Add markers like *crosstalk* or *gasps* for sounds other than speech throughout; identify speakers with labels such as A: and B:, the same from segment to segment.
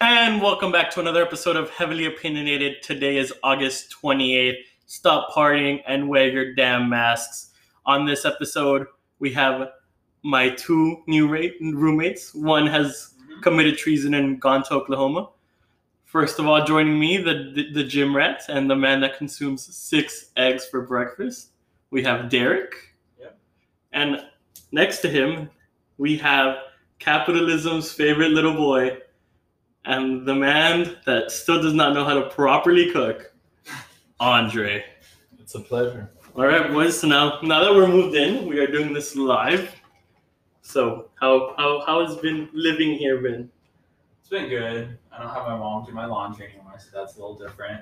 A: And welcome back to another episode of Heavily Opinionated. Today is August 28th. Stop partying and wear your damn masks. On this episode, we have my two new ra- roommates. One has committed treason and gone to Oklahoma. First of all, joining me, the, the, the gym rat and the man that consumes six eggs for breakfast, we have Derek.
B: Yep.
A: And next to him, we have capitalism's favorite little boy and the man that still does not know how to properly cook, Andre.
B: It's a pleasure.
A: All right, boys. So now, now that we're moved in, we are doing this live. So, how how how has been living here been?
B: It's been good. I don't have my mom do my laundry anymore, so that's a little different.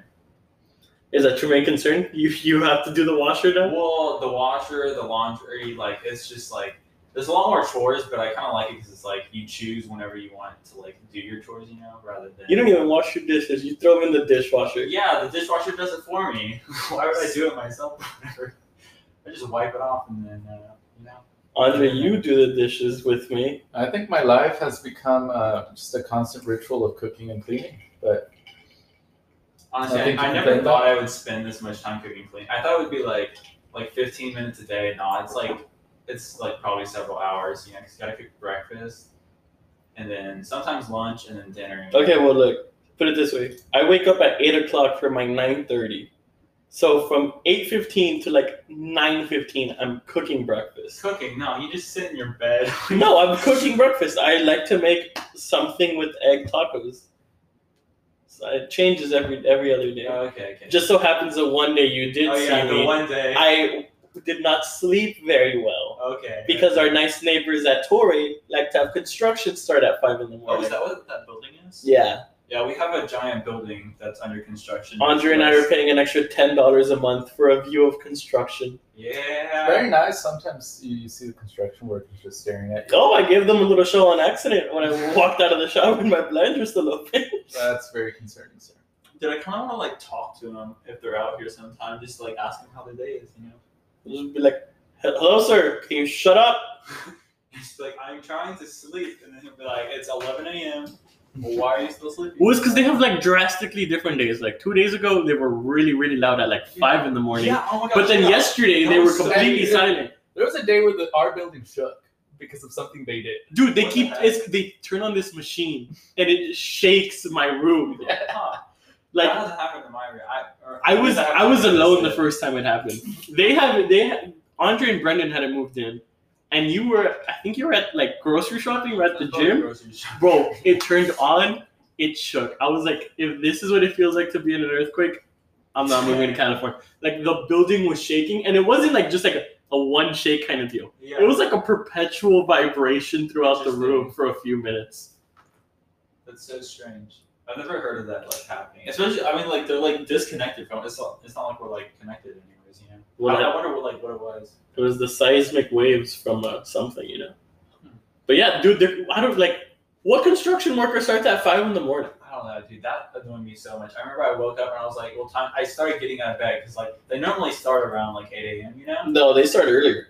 A: Is that your main concern? *laughs* You you have to do the washer now.
B: Well, the washer, the laundry, like it's just like there's a lot more chores, but I kind of like it because it's like you choose whenever you want to like do your chores, you know, rather than
A: You don't even wash your dishes. You throw them in the dishwasher.
B: Yeah, the dishwasher does it for me. *laughs* Why would I do it myself? *laughs* Whenever I just wipe it off and then uh, you know.
A: Andre, you do the dishes with me.
C: I think my life has become uh, just a constant ritual of cooking and cleaning.
B: Honestly,
C: I think
B: I, I
C: you
B: never
C: can-
B: thought I would spend this much time cooking and cleaning. I thought it would be like like 15 minutes a day. No, it's like it's like probably several hours. You know, 'cause you gotta cook breakfast, and then sometimes lunch, and then dinner.
A: Okay, well look, put it this way. I wake up at eight o'clock for my nine thirty. So from eight fifteen to like nine fifteen, I'm cooking breakfast.
B: cooking? No, you just sit in your bed.
A: *laughs* No, I'm
B: *laughs*
A: cooking breakfast. I like to make something with egg tacos. So it changes every every other day.
B: Oh, okay, okay.
A: Just so happens that one day you did
B: oh yeah,
A: see
B: the
A: me.
B: one day.
A: I did not sleep very well
B: okay.
A: because our nice neighbors at Torrey like to have construction start at five in the
B: Oh,
A: morning.
B: is that what that building is?
A: Yeah,
B: Yeah, we have a giant building that's under construction.
A: Andre and I are paying an extra ten dollars a month for a view of construction.
C: It's
B: Yeah.
C: very nice. Sometimes you, you see the construction workers just staring at you.
A: Oh, I gave them a little show on accident when I walked out of the shower and my blinds were still open. *laughs*
C: That's very concerning, sir.
B: Did I kind of want to like talk to them if they're out here sometime? Just like ask them how their day is, you know.
A: Just be like, "Hello, sir. Can you shut up?"
B: *laughs* She's like, I'm trying to sleep, and then he'll be like, It's 11 a.m. Well, why are you still sleeping?
A: Well, it's because they have like drastically different days. Like two days ago, they were really, really loud at like five in the morning.
B: Yeah, oh my god.
A: But then
B: yeah.
A: yesterday,
B: That
A: they were
B: was so
A: completely
C: weird.
A: silent.
C: There was a day where the, our building shook because of something they did.
A: Dude, they
B: What
A: keep
B: the heck?
A: it's, they turn on this machine and it shakes my room.
B: Huh. that
A: Like
B: doesn't happen to my room. I, or-
A: I was
B: that
A: I was
B: happened to
A: alone the
B: this
A: first time it happened. They have they had, Andre and Brendan hadn't moved in, and you were I think you were at like grocery shopping or
B: day.
A: at the
B: I was going
A: gym,
B: to grocery shop.
A: bro. It turned on, it shook. I was like, if this is what it feels like to be in an earthquake. I'm not moving to California. Like the building was shaking, and it wasn't like just like a, a one shake kind of deal.
B: Yeah.
A: It was like a perpetual vibration throughout the
B: Interesting.
A: room for a few minutes.
B: That's so strange. I've never heard of that like happening. Especially, I mean, like they're like disconnected from. It's not. It's not like we're like connected, anyways. You know.
A: Well,
B: I,
A: that-
B: I wonder what like what it was.
A: it was the seismic waves from uh, something, you know.
B: Hmm.
A: But yeah, dude, there- I don't like what construction worker starts at five in the morning.
B: I don't know, dude. That annoyed me so much. I remember I woke up and I was like, well, time. I started getting out of bed because like they normally start around like 8 a.m. You know.
A: No, they start earlier.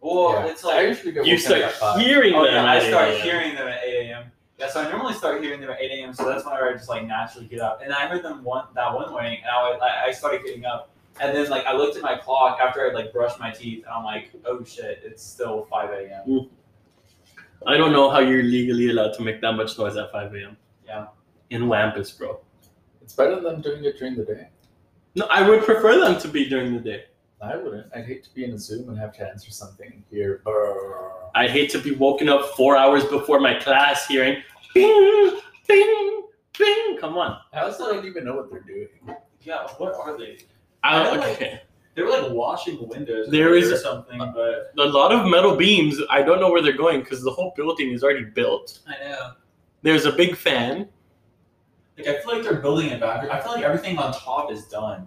B: Well,
C: Yeah.
B: it's
C: I
B: like
C: usually get
A: you
C: woken up
A: start
C: at five.
A: hearing
B: Oh
A: them.
B: yeah, I
A: at 8
B: start
A: a.m.
B: hearing them at eight AM. Yeah, so I normally start hearing them at eight AM, so that's whenever I just like naturally get up. And I heard them one that one morning and I was- I, I started getting up. And then like I looked at my clock after I like brushed my teeth and I'm like, oh shit, it's still five AM.
A: I don't know how you're legally allowed to make that much noise at five a.m.
B: Yeah.
A: in Wampus, bro.
C: It's better than doing it during the day.
A: No, I would prefer them to be during the day.
C: I wouldn't. I'd hate to be in a Zoom and have to answer something and hear. "Brrr."
A: I'd hate to be woken up four hours before my class hearing bing, bing, bing. Come on.
C: I also don't even know what they're doing.
B: Yeah, what are they?
A: I
B: I
A: don't,
B: like-
A: Uh, okay.
B: They were like washing windows
A: There is-
B: or something, but
A: A lot of metal beams, I don't know where they're going because the whole building is already built.
B: I know.
A: There's a big fan.
B: Like I feel like they're building it back. I feel like everything on top is done.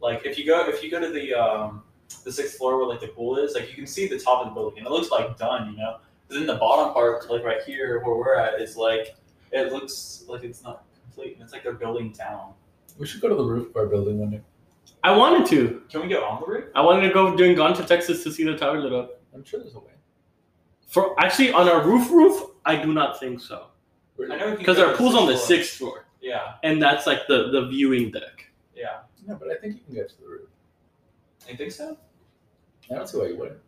B: Like if you go if you go to the um the sixth floor where like the pool is, like you can see the top of the building and it looks like done, you know. But then the bottom part, like right here where we're at, is like it looks like it's not complete. and It's like they're building down.
C: We should go to the roof of our building one day.
A: I wanted to.
B: Can we go on the roof?
A: I wanted to go doing Gone to Texas to see the tower lit up.
C: I'm sure there's a way.
A: For actually on our roof roof, I do not think so.
C: We're-
B: I know we can
A: Because
B: go
A: our
B: to
A: pool's on the
B: floor.
A: sixth floor,
B: Yeah,
A: and that's like the the viewing deck.
B: yeah.
C: No, but I think you can get to the roof.
B: You think so?
C: I don't see why you wouldn't.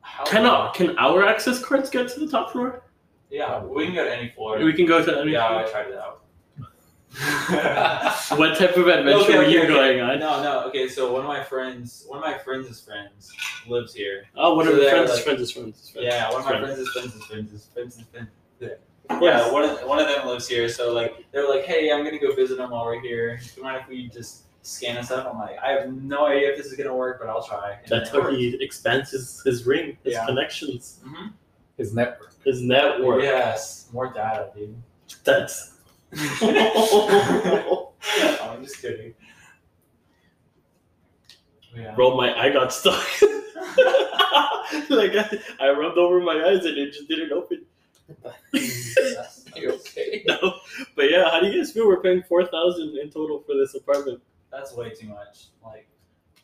B: How
A: Can our, can our access cards get to the top floor?
B: Yeah, we can go to any floor.
A: We can go to any.
B: yeah, I tried it out.
A: *laughs*
B: *laughs*
A: floor. What type of adventure
B: Okay,
A: are you
B: okay, okay.
A: going on?
B: No, no. Okay, so one of my friends, one of my friends' friends lives here.
A: Oh, one
B: So
A: of the
B: they're
A: friends is
B: like-
A: friends is friends is friends.
B: Yeah, one of my
A: Friends.
B: friends' friends' friends' friends' friends. Yeah,
A: Yes.
B: one of, one of them lives here, so like they're like, hey, I'm gonna go visit them while we're here. Do you mind if we just scan us up? I'm like, I have no idea if this is gonna work, but I'll try. And
A: That's
B: then it
A: how he expands his, his ring, his
B: Yeah.
A: connections,
C: His network.
A: his
B: worked.
A: network.
B: Yes, more data,
A: *laughs*
B: dude.
A: That's.
B: *laughs* I'm just kidding. Yeah.
A: Bro, my eye got stuck. *laughs* like I, I rubbed over my eyes and it just didn't open. *laughs*
C: Are *laughs* you okay?
A: no, but yeah, how do you guys feel? We're paying four thousand in total for this apartment.
B: That's way too much. Like,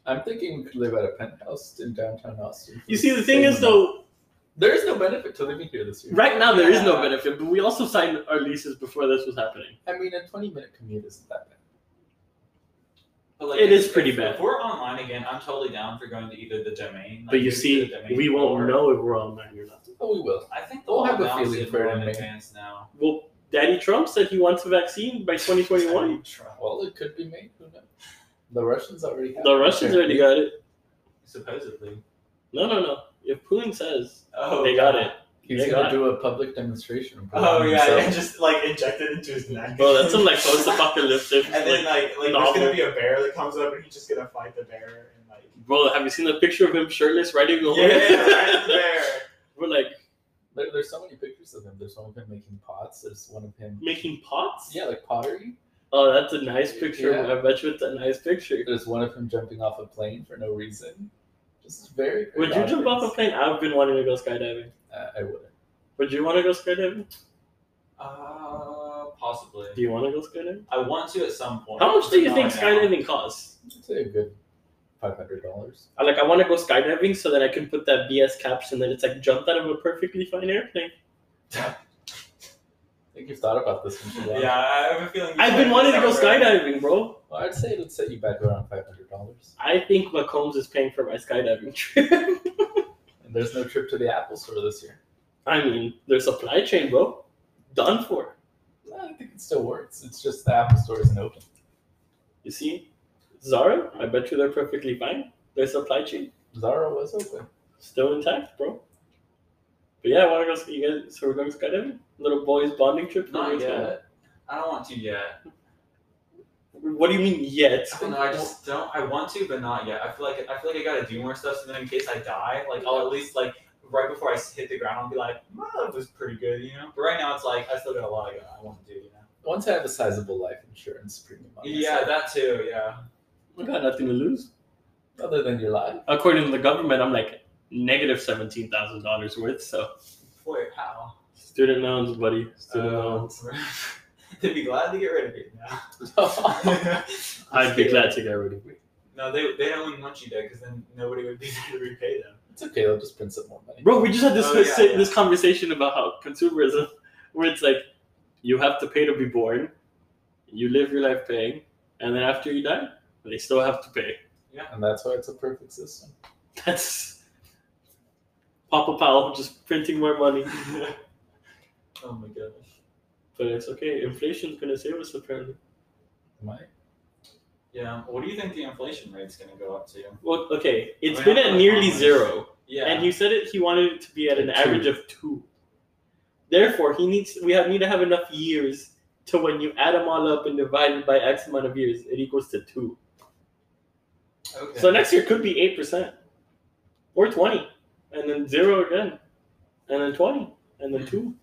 C: I'm thinking we could live at a penthouse in downtown Austin.
A: You see, the thing is though,
C: there is no benefit to living here this year.
A: right now there is no
B: Yeah.
A: benefit, but we also signed our leases before this was happening.
C: I mean, a 20 minute commute isn't that bad.
B: but like
A: It is
B: if-
A: pretty
B: if,
A: bad.
B: If we're online again, I'm totally down for going to either the domain. like,
A: But you
B: maybe
A: see,
B: the domain
A: we
B: or-
A: won't know if we're online or not.
C: Oh, we will.
B: I think
C: We'll have a
B: lockdown's
C: feeling
B: in
C: for it
B: more
C: in May.
B: advance now.
A: Well, Daddy Trump said he wants a vaccine by twenty twenty one.
C: Well, it could be made. Who knows? The Russians already have
A: The
C: it,
A: Russians already
C: apparently.
A: got it.
B: Supposedly.
A: No, no, no. If Putin says
B: Oh,
A: they got it,
C: He's
A: They
C: going
A: got
C: to
A: it.
C: do a public demonstration. and
B: Oh
C: proclaim
B: yeah,
C: himself.
B: and *laughs* just like inject it into his neck.
A: bro, that's
B: *laughs*
A: some like post-apocalyptic.
B: and then
A: like,
B: like like
A: novel.
B: there's gonna be a bear that comes up and he's just gonna fight the bear and like
A: bro, have you seen the picture of him shirtless riding a
B: yeah, right,
A: *laughs*
B: the
A: horse?
B: bear.
A: we're like
C: There, there's so many pictures of him. There's one of him making pots. There's one of him.
A: making pots.
C: Yeah, like pottery.
A: Oh, that's a nice picture.
C: Yeah.
A: I bet you it's a nice picture.
C: There's one of him jumping off a plane for no reason. Just very. very
A: Would you jump off a
C: obvious.
A: plane? I've been wanting to go skydiving.
C: Uh, I wouldn't.
A: Would you want to go skydiving?
B: Uh, possibly.
A: Do you want to go skydiving?
B: I want to at some
C: Oh,
B: point.
A: How much do you
B: Not
A: think
B: right now.
A: skydiving costs?
C: I'd say a good five hundred dollars.
A: I, Like, I want to go skydiving so that I can put that BS caption that it's like jumped out of a perfectly fine airplane.
C: I think you've thought about this one too long.
B: Yeah, I have a feeling.
A: I've been wanting to go
B: skydiving.
A: skydiving, bro.
C: Well, I'd say it would set you back around five hundred dollars.
A: I think Macombs is paying for my skydiving *laughs* trip.
C: And there's no trip to the Apple Store this year.
A: I mean, their supply chain, bro, done for.
C: No, I think it still works. It's just the Apple Store isn't open.
A: You see, Zara, I bet you they're perfectly fine. Their supply chain
C: Zara was open.
A: still intact, bro. But yeah, I want to go. see You guys, so we're going skydiving. Little boys bonding trip. for
B: Not
A: boys bonding.
B: yet. I don't want to yet.
A: What do you mean yet?
B: I don't know. I just don't. I want to, but not yet. I feel like I feel like I gotta do more stuff. So then, in case I die, like I'll at least like right before I hit the ground, I'll be like, my life was pretty good, you know. But right now, it's like I still got a lot of I want to do, you know.
C: Once I have a sizable life insurance premium on
B: Yeah, that too. Yeah.
A: I got nothing to lose.
C: myself, other than your life. *laughs*
A: According to the government, I'm like negative seventeen thousand dollars worth. So
B: Wait, how?
A: student loans, buddy. Student
B: Uh,
A: loans.
B: *laughs* they'd be glad to get rid of you now.
A: *laughs* I'd be glad to get rid of it.
B: no, they they don't want you there because then nobody would *laughs* be there to repay them.
C: It's okay, they'll just print some more money.
A: Bro, we just had this
B: Oh, yeah,
A: conversa-
B: yeah.
A: this conversation about how consumerism, where it's like you have to pay to be born, you live your life paying, and then after you die, they still have to pay. *laughs*
C: And that's why it's a perfect system.
A: That's Papa Powell just printing more money,
B: *laughs* oh my gosh.
A: but it's okay. Inflation's gonna save us apparently.
C: Am I?
B: Yeah. What do you think the inflation rate's gonna go up to?
A: Well, okay, it's
B: We're
A: been
B: not
A: at
B: gonna
A: nearly
B: promise.
A: zero,
B: Yeah.
A: and he said it. He wanted it to be at an
C: Two.
A: average of two. Therefore, he needs we have, need to have enough years to when you add them all up and divide it by X amount of years, it equals to two.
B: okay.
A: So next year could be eight percent, or twenty, and then zero again, and then twenty, and then two.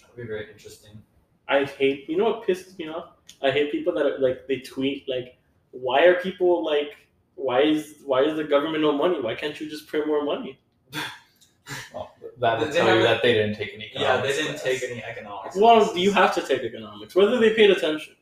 B: That'd be very interesting.
A: I hate. You know what pisses me off? I hate people that are, like they tweet like, "Why are people like? Why is why is the government no money? Why can't you just print more money?"
C: Well, that'll
B: They
C: tell you
B: haven't-
C: that they didn't take any.
B: Yeah, they
C: economics
B: didn't
C: class.
B: take any economics.
A: Well,
B: classes.
A: do you have to take economics? Whether they paid attention,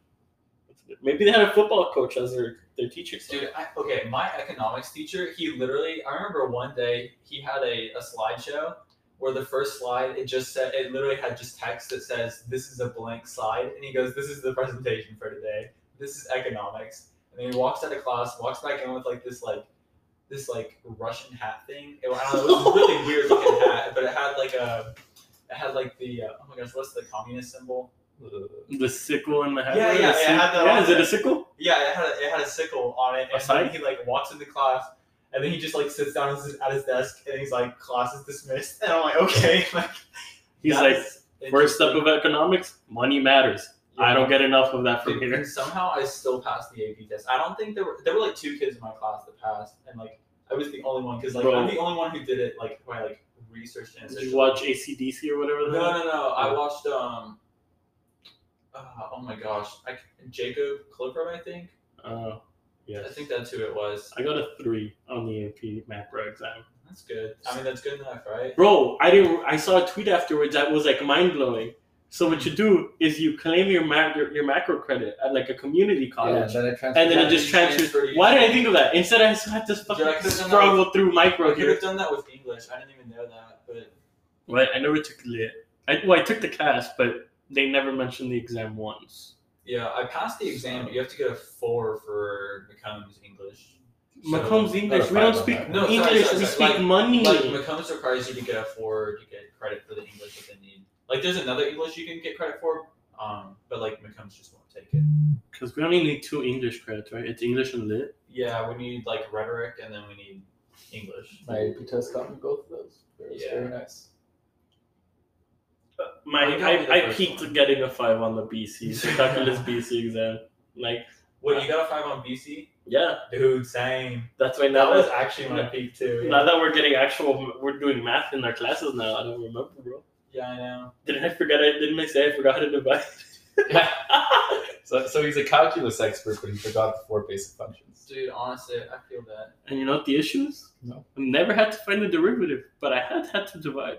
A: maybe they had a football coach as their their teacher.
B: Dude, I, okay, my economics teacher, he literally, I remember one day he had a, a slideshow where the first slide it just said it literally had just text that says this is a blank slide and he goes this is the presentation for today this is economics and then he walks out of class walks back in with like this like this like Russian hat thing it, I don't know, it was a really weird looking hat but it had like a it had like the uh, oh my gosh what's the communist symbol
A: The sickle in the head.
B: Yeah,
A: What is
B: yeah,
A: it?
B: yeah, I had that
A: Yeah,
B: on
A: is it
B: there.
A: a sickle?
B: yeah it had a, it had a sickle on it
A: A
B: and then
A: scythe?
B: he like walks into class and then he just like sits down at his- at his desk and he's like class is dismissed and I'm like okay *laughs* like
A: He's
B: that
A: like,
B: is
A: first step
B: interesting.
A: of economics, money matters. I don't get enough of that from
B: Dude,
A: here.
B: and somehow I still passed the AP test. I don't think there were there were like two kids in my class that passed, and like I was the only one because like
A: Bro.
B: I'm the only one who did it like who I like researched and
A: Did
B: researched.
A: you watch ACDC or whatever?
B: No,
A: the hell?
B: no, no. I watched um. Uh, oh my gosh, I, Jacob Clifford, I think.
A: Oh, yes.
B: I think that's who it was.
A: I got a three on the AP macro exam.
B: That's good. I mean, that's good enough, right?
A: Bro, I didn't. I saw a tweet afterwards that was like mind blowing. So what you do is you claim your macro your macro credit at like a community
C: Yeah, and
A: college,
C: then it transfers.
A: and then
B: Yeah,
A: it just
B: you
A: transfers.
B: transfer to
A: Why did I
B: each-
A: think of that? Instead, I just had to fucking
B: Yeah, 'cause then that
A: struggle through micro
B: I could
A: here.
B: have done that with English. I didn't even know that, but
A: Right, I never took lit. I, well, I took the class, but they never mentioned the exam once.
B: yeah, I passed the exam. But you have to get a four for McComb's English. So-
A: Macomb's English. We
C: Clarify
A: don't
C: about
A: speak
C: that.
B: No, sorry,
A: English.
B: sorry,
A: we
B: sorry.
A: speak money.
B: Like McCombs requires you to get a four to get credit for the English that they need. Like there's another English you can get credit for, um, but like McCombs just won't take it.
A: Because we only need two English credits, right? It's English and lit.
B: Yeah, we need like rhetoric and then we need English.
C: My AP test got me both of those. It was
B: Yeah.
C: very nice.
A: Uh, My
B: I got me the
A: I, I
B: first
A: peaked
B: one.
A: getting a five on the *laughs* BC, so calculus BC exam. Like
B: What you got a five on BC?
A: yeah,
B: Dude, same.
A: that's why
B: That
A: now
B: was
A: that,
B: actually my peak too.
A: now
B: Yeah,
A: that we're getting actual we're doing math in our classes now. I don't remember, bro.
B: yeah I know.
A: Didn't I forget? I didn't I say I forgot how to divide?
C: So, so he's a calculus expert, but he forgot the four basic functions.
B: Dude, honestly, I feel that.
A: and you know what the issue is?
C: No.
A: I never had to find the derivative, but I had had to divide.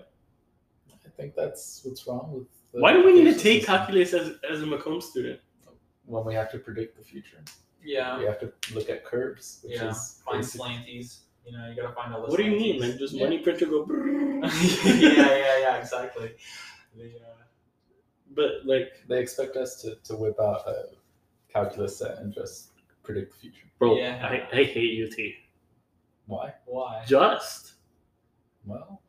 C: I think that's what's wrong with. The
A: Why do we need to
C: education
A: take
C: system.
A: calculus as, as a Macomb student?
C: When we have to predict the future,
B: Yeah.
C: we have to look at curves, which
B: Yeah.
C: is
B: Find
C: basic-
B: slanties. You know, you gotta find all those
A: What do you mean?
B: slanties.
A: Like just
C: Yeah.
A: money printer go. brrrr? *laughs*
B: *laughs* yeah, yeah, yeah, exactly. The, uh,
A: But like,
C: They expect us to, to whip out a calculus set and just predict the future.
A: bro,
B: Yeah.
A: I, I hate UT.
C: Why?
B: why?
A: Just.
C: Well,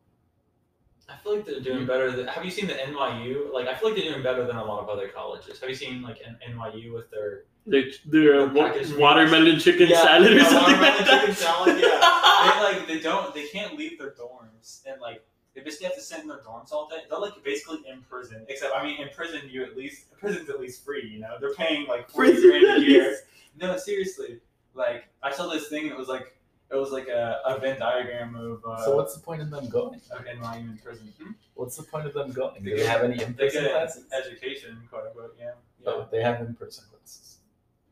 B: I feel like they're doing better. Than, have you seen the NYU? Like, I feel like they're doing better than a lot of other colleges. Have you seen like N- NYU with their
A: Their, their
B: The
A: wa-
B: packaged meals.
A: watermelon chicken
B: Yeah,
A: salad or
B: yeah,
A: something
B: watermelon
A: like that.
B: chicken
A: *laughs*
B: salad, yeah. they like they don't they can't leave their dorms and like they basically have to sit in their dorms all day. They're like basically in prison. Except I mean, in prison you at least prison's at least free. You know, they're paying like forty
A: Prison *laughs*
B: grand
A: at
B: a year.
A: least.
B: No, seriously. Like I saw this thing. It was like it was like a, a Venn diagram of uh,
C: so what's the point of them going?
B: of NYU in prison. Hmm?
C: What's the point of them going?
B: They
C: Do they
B: get-
C: have any in-person
B: get-
C: classes?
B: Education, quote unquote. Yeah. yeah.
C: Oh, they have in-person classes.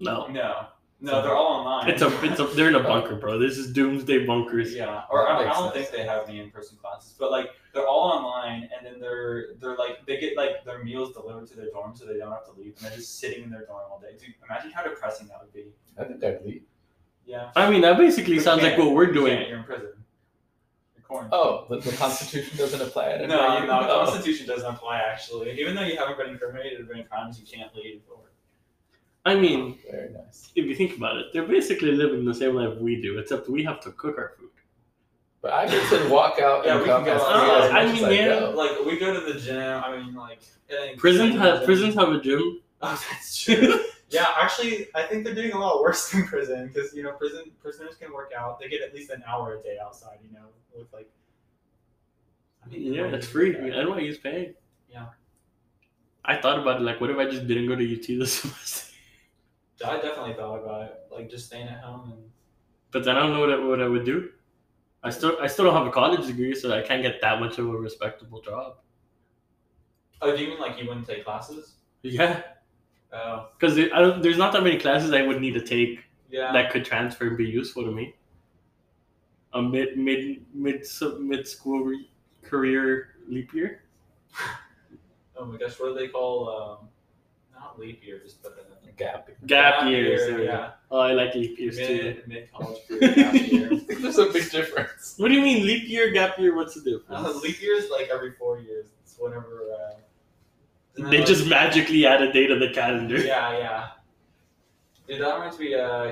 A: No,
B: No, no, they're all online.
A: it's a it's a they're in a bunker, bro. This is doomsday bunkers.
B: yeah, or I, I
C: Makes
B: don't
C: sense.
B: think they have any in-person classes, but like they're all online, and then they're they're like they get like their meals delivered to their dorm, so they don't have to leave, and they're just sitting in their dorm all day. Dude, imagine how depressing that would be.
C: I think I'd leave.
B: Yeah,
A: I mean, that basically
B: You
A: sounds like
B: can't-
A: what we're
B: you
A: doing.
B: can't, You're in prison. You're quarantined.
C: Oh, the, the Constitution doesn't apply. at
B: No,
C: NYU?
B: no, the
C: Oh.
B: Constitution doesn't apply actually. Even though you haven't been incriminated or been crimes, you can't leave. Or
A: I mean,
C: Very nice.
A: if you think about it, they're basically living the same life we do, except we have to cook our food.
C: But I get to walk out
B: Yeah,
C: and
B: we can
C: come
B: go
C: as
B: out.
C: free as
B: I
C: much
A: mean,
C: as I
A: yeah,
C: go.
B: like we go to the gym. I mean, like it ain't-
A: Prisons have
B: Yeah.
A: prisons have a gym.
B: *laughs* Oh, that's true. yeah, actually, I think they're doing a lot worse than prison because you know, prison prisoners can work out. They get at least an hour a day outside. You know, with like. I
A: *laughs*
B: mean,
A: Yeah,
B: like,
A: it's free. NYU's paying.
B: Yeah.
A: I thought about it. Like, what if I just didn't go to UT this *laughs* semester?
B: I definitely thought about it, like just staying at home and.
A: But then I don't know what I, what I would do. I still I still don't have a college degree, so I can't get that much of a respectable job.
B: Oh, do you mean like you wouldn't take classes?
A: Yeah.
B: Oh,
A: Because there's not that many classes I would need to take
B: yeah.
A: that could transfer and be useful to me. A mid mid mid sub- mid school re- career leap year.
B: oh my gosh, what do they call? Um, not not leap year, just but uh,
C: Gap.
A: Gap years. there we go.
B: yeah.
A: Oh, I like leap years too.
B: Mid, mid college
A: *laughs*
B: career gap year.
C: I think *laughs* there's a big difference.
A: What do you mean leap year, gap year? What's the
B: *laughs* Uh,
A: difference?
B: leap year is like every four years. It's whenever. Uh, isn't
A: They
B: that
A: just
B: like-
A: magically add a date to the calendar.
B: Yeah, yeah. Dude, that reminds me. Uh,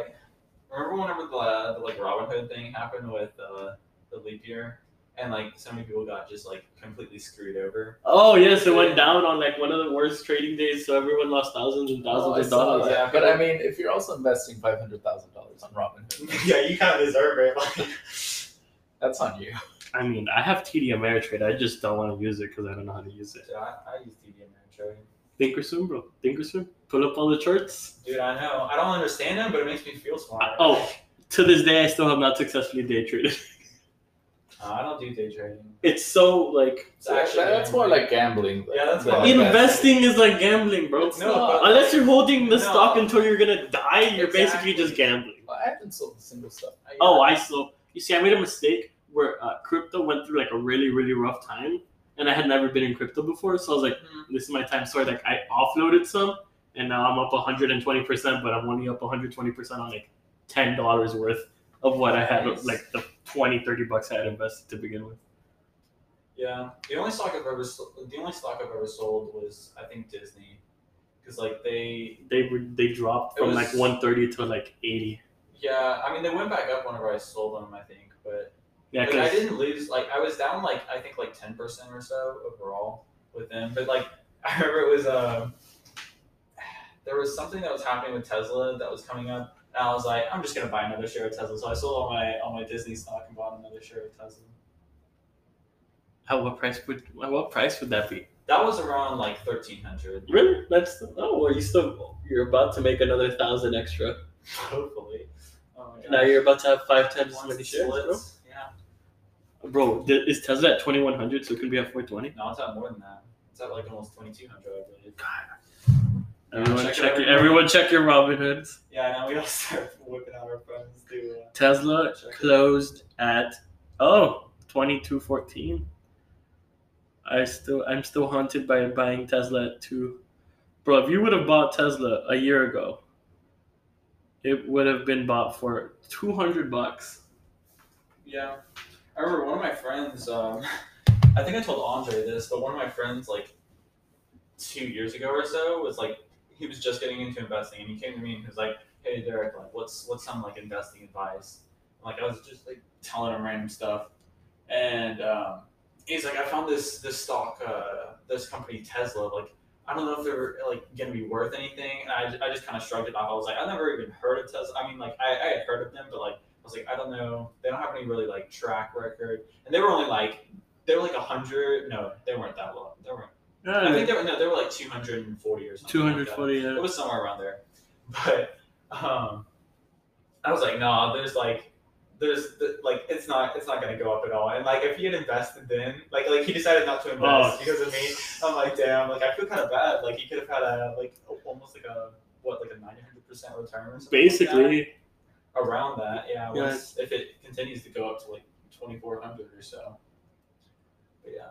B: remember whenever the, uh, the like Robin Hood thing happened with uh, the leap year, and like so many people got just like completely screwed over.
A: Oh yes, it went down on like one of the worst trading days, so everyone lost thousands and
C: Oh,
A: thousands
C: I
A: of
C: saw
A: dollars.
B: yeah.
C: that. but I mean, if you're also investing five hundred thousand dollars on
B: *laughs*
C: Robinhood,
B: yeah, you kind of deserve it. Like,
C: that's on you.
A: I mean, I have TD Ameritrade. I just don't want to use it because I don't know how to use it.
B: Dude, I, I use TD Ameritrade.
A: Thinkorswim, bro. Thinkorswim. Pull up all the charts.
B: Dude, I know. I don't understand them, but it makes me feel smart.
A: Oh, to this day, I still have not successfully day traded. *laughs*
B: Uh, I don't do day trading.
A: It's so like
B: It's actually
C: that's more like gambling.
B: Oh, Yeah, that's
C: than
B: more like
C: investing.
A: investing is like gambling, bro.
B: No, but-
A: Unless you're holding the
B: No.
A: stock until you're gonna die, you're
B: Exactly.
A: basically just gambling.
C: Well, I haven't sold a single stuff.
A: Oh, I so you see, I made a mistake where uh, crypto went through like a really really rough time, and I had never been in crypto before, so I was like,
B: Mhm.
A: this is my time. So I like I offloaded some, and now I'm up 120 percent, but I'm only up 120 percent on like ten dollars worth of what I had
B: Nice.
A: like the 20 30 bucks I had invested to begin with.
B: Yeah, the only stock I've ever sol- the only stock I've ever sold was I think Disney, because like they
A: They were they dropped
B: It
A: from
B: was-
A: like 130 to like 80.
B: yeah I mean they went back up whenever I sold them I think, but
A: Yeah,
B: like, I
A: 'cause-
B: didn't lose like I was down like I think like ten percent or so overall with them, but like *laughs* I remember it was um there was something that was happening with Tesla that was coming up, and I was like I'm just gonna buy another share of Tesla, so I sold all my all my Disney stock and bought another share of Tesla.
A: at what price would at what price would that be?
B: That was around like thirteen hundred.
A: Really? That's oh well. You still you're about to make another thousand extra.
B: *laughs* Hopefully. Oh my
A: Now
B: gosh.
A: you're about to have five times as
B: Once
A: many
B: it
A: shares, bro.
B: splits, Yeah.
A: Bro, th- is Tesla at 2100, so it could be at 420.
B: No, it's at more than that. It's at like almost twenty two hundred, I believe.
A: Everyone check,
B: check it out.
A: your everyone check your Robin Hoods.
B: Yeah, now we all start *laughs* whipping out our phones to uh,
A: Tesla
B: Check it out.
A: closed at oh 2214. I still I'm still haunted by buying Tesla at two. Bro, if you would have bought Tesla a year ago, it would have been bought for 200 bucks.
B: Yeah. I remember one of my friends, um, *laughs* I think I told Andre this, but one of my friends, like, two years ago or so, was like, he was just getting into investing, and he came to me and he was like, hey, Derek, like, what's, what's some, like, investing advice? And, like, I was just, like, telling him random stuff. And um, he's like, I found this, this stock, uh, this company, Tesla, like, I don't know if they're like gonna be worth anything, and I, I just kind of shrugged it off. I was like, I never even heard of Tesla. I mean, like I, I had heard of them, but like I was like, I don't know. They don't have any really like track record, and they were only like they were like a hundred. No, they weren't that low. They weren't. I think they were no, they were like two hundred and forty or something.
A: Two
B: like
A: hundred
B: that.
A: forty.
B: It was somewhere around there, *laughs* but um, I was like, nah, there's like, there's the, like it's not it's not gonna go up at all. And like if he had invested then, like like he decided not to invest
A: Oh.
B: because of me. I'm like, damn, like I feel kind of bad. Like he could have had a like a- almost like a what like a nine hundred percent return or something like that?
A: Basically,
B: around that. Yeah,
A: Yeah.
B: once, if it continues to go up to like twenty four hundred or so. But yeah.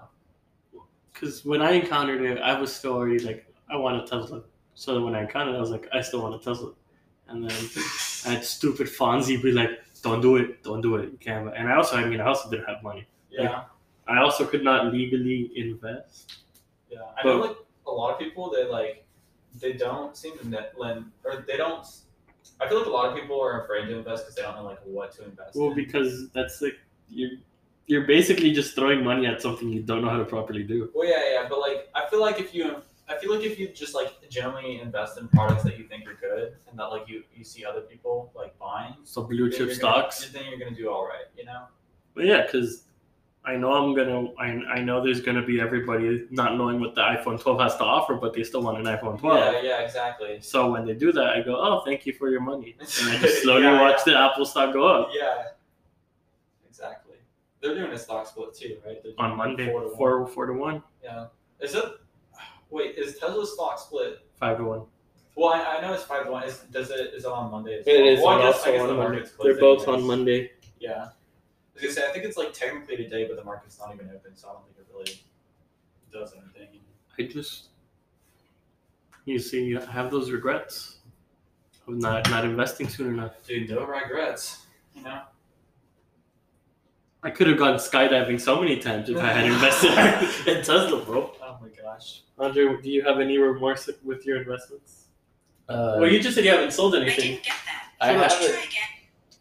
A: because when I encountered it, I was still already like, I want a Tesla. So when I encountered it, I was like, I still want a Tesla. And then I had stupid Fonzie be like, don't do it, don't do it, you can't. buy-" And I also, I mean, I also didn't have money.
B: Yeah.
A: I also could not legally invest.
B: Yeah, I
A: But-
B: know like a lot of people they like they don't seem to net lend or they don't. I feel like a lot of people are afraid to invest because they don't know like what to invest.
A: Well,
B: in.
A: because that's like you're you're basically just throwing money at something you don't know how to properly do.
B: well, yeah, yeah, but like I feel like if you, I feel like if you just like generally invest in products that you think are good and that like you you see other people like buying.
A: So blue
B: then
A: chip
B: you're
A: stocks.
B: Gonna, then you're gonna do all right, you know.
A: But yeah, because I know I'm gonna, I, I know there's gonna be everybody not knowing what the iPhone 12 has to offer, but they still want an iPhone 12.
B: Yeah, yeah, exactly.
A: So when they do that, I go, oh, thank you for your money, and I *laughs* just slowly
B: Yeah,
A: watch the Apple stock go up
B: Yeah, exactly. They're doing a stock split too, right? They're doing
A: on Monday,
B: four to one.
A: four four to one,
B: Yeah. Is it? Wait, is Tesla's stock split?
A: five to one.
B: Well, I, I know it's five to one. Is, does it? Is it on Monday? as
A: It
B: well?
A: is
B: Well, I
A: on-
B: guess,
A: also
B: I guess
A: on
B: the
A: Monday.
B: market's
A: They're
B: closed
A: both on
B: anyways.
A: Monday.
B: Yeah. I was gonna say I think it's like technically today, but the market's not even open, so I don't think it really does anything.
A: I just, You see, you have those regrets of not not investing soon enough.
B: Dude, no regrets. You know?
A: I could have gone skydiving so many times if I had *laughs* invested in Tesla, bro.
B: Oh my gosh.
A: Andre, do you have any remorse with your investments?
C: Uh,
A: well, you just said you haven't sold
D: I
A: anything.
D: didn't get that.
C: I
A: Sure.
D: Try
C: haven't,
D: again.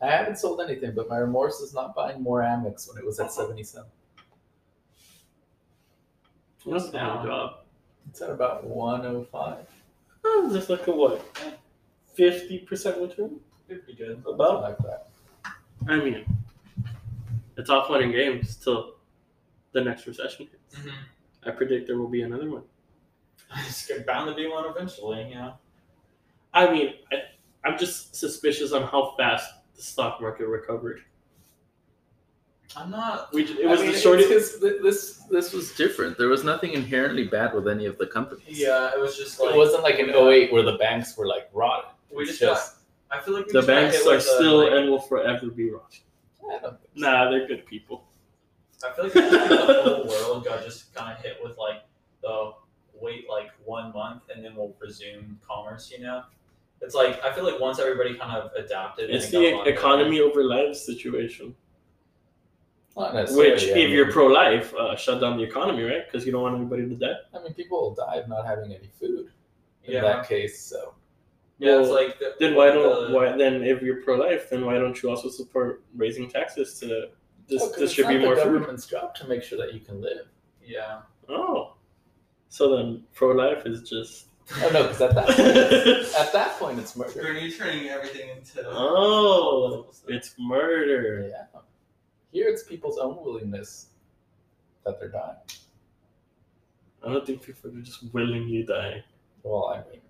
C: I haven't sold anything, but my remorse is not buying more Amex when it was at 77.
A: That's not
B: No.
A: a job.
C: It's at about 105.
A: Oh, Just like a what? Fifty percent return?
B: It'd be good.
A: About?
C: Like that.
A: I mean, it's offloading games till the next recession hits. I predict there will be another one.
B: Mm-hmm. *laughs* It's bound to be one eventually, you know?
A: I mean, I, I'm just suspicious on how fast the stock market recovered.
B: I'm not.
A: We, j- it
C: I
A: was
C: mean,
A: the
C: it's
A: shortest.
C: just- thi- This this was different. There was nothing inherently bad with any of the companies.
B: Yeah, it was just like.
C: It wasn't like an 08 where the banks were like rotten.
B: We
C: It's
B: just got. I feel like we
A: The
B: just got
A: banks
B: hit
A: are
B: with a,
A: still
B: like-
A: and will forever be wrong.
C: I don't think so.
A: Nah, they're good people.
B: I feel like the whole world got just kind of hit with like the wait like one month and then we'll resume commerce. You know, it's like I feel like once everybody kind of adapted,
A: It's
B: and it got
A: the
B: longer-
A: economy over life situation,
C: Not necessarily. um,
A: which,
C: I
A: if
C: mean,
A: you're pro-life, uh, shut down the economy, right? Because you don't want anybody to die.
C: I mean, people will die of not having any food in
B: Yeah,
C: that case. So
B: yeah. It's
A: Well,
B: like the,
A: Then why don't
B: the-
A: why then if you're pro-life, then why don't you also support raising taxes to dis-
C: Oh, 'cause it's not
A: distribute more
C: the
A: food?
C: government's job to make sure that you can live.
B: yeah.
A: Oh, so then pro-life is
C: *laughs*
A: just
C: *laughs* Oh no, because at that
A: *laughs*
C: point, at that point it's murder.
B: You're turning everything into.
A: oh, it's murder.
C: Yeah. Here it's people's own willingness that they're dying.
A: I don't think people are just willingly dying.
C: Well, I mean,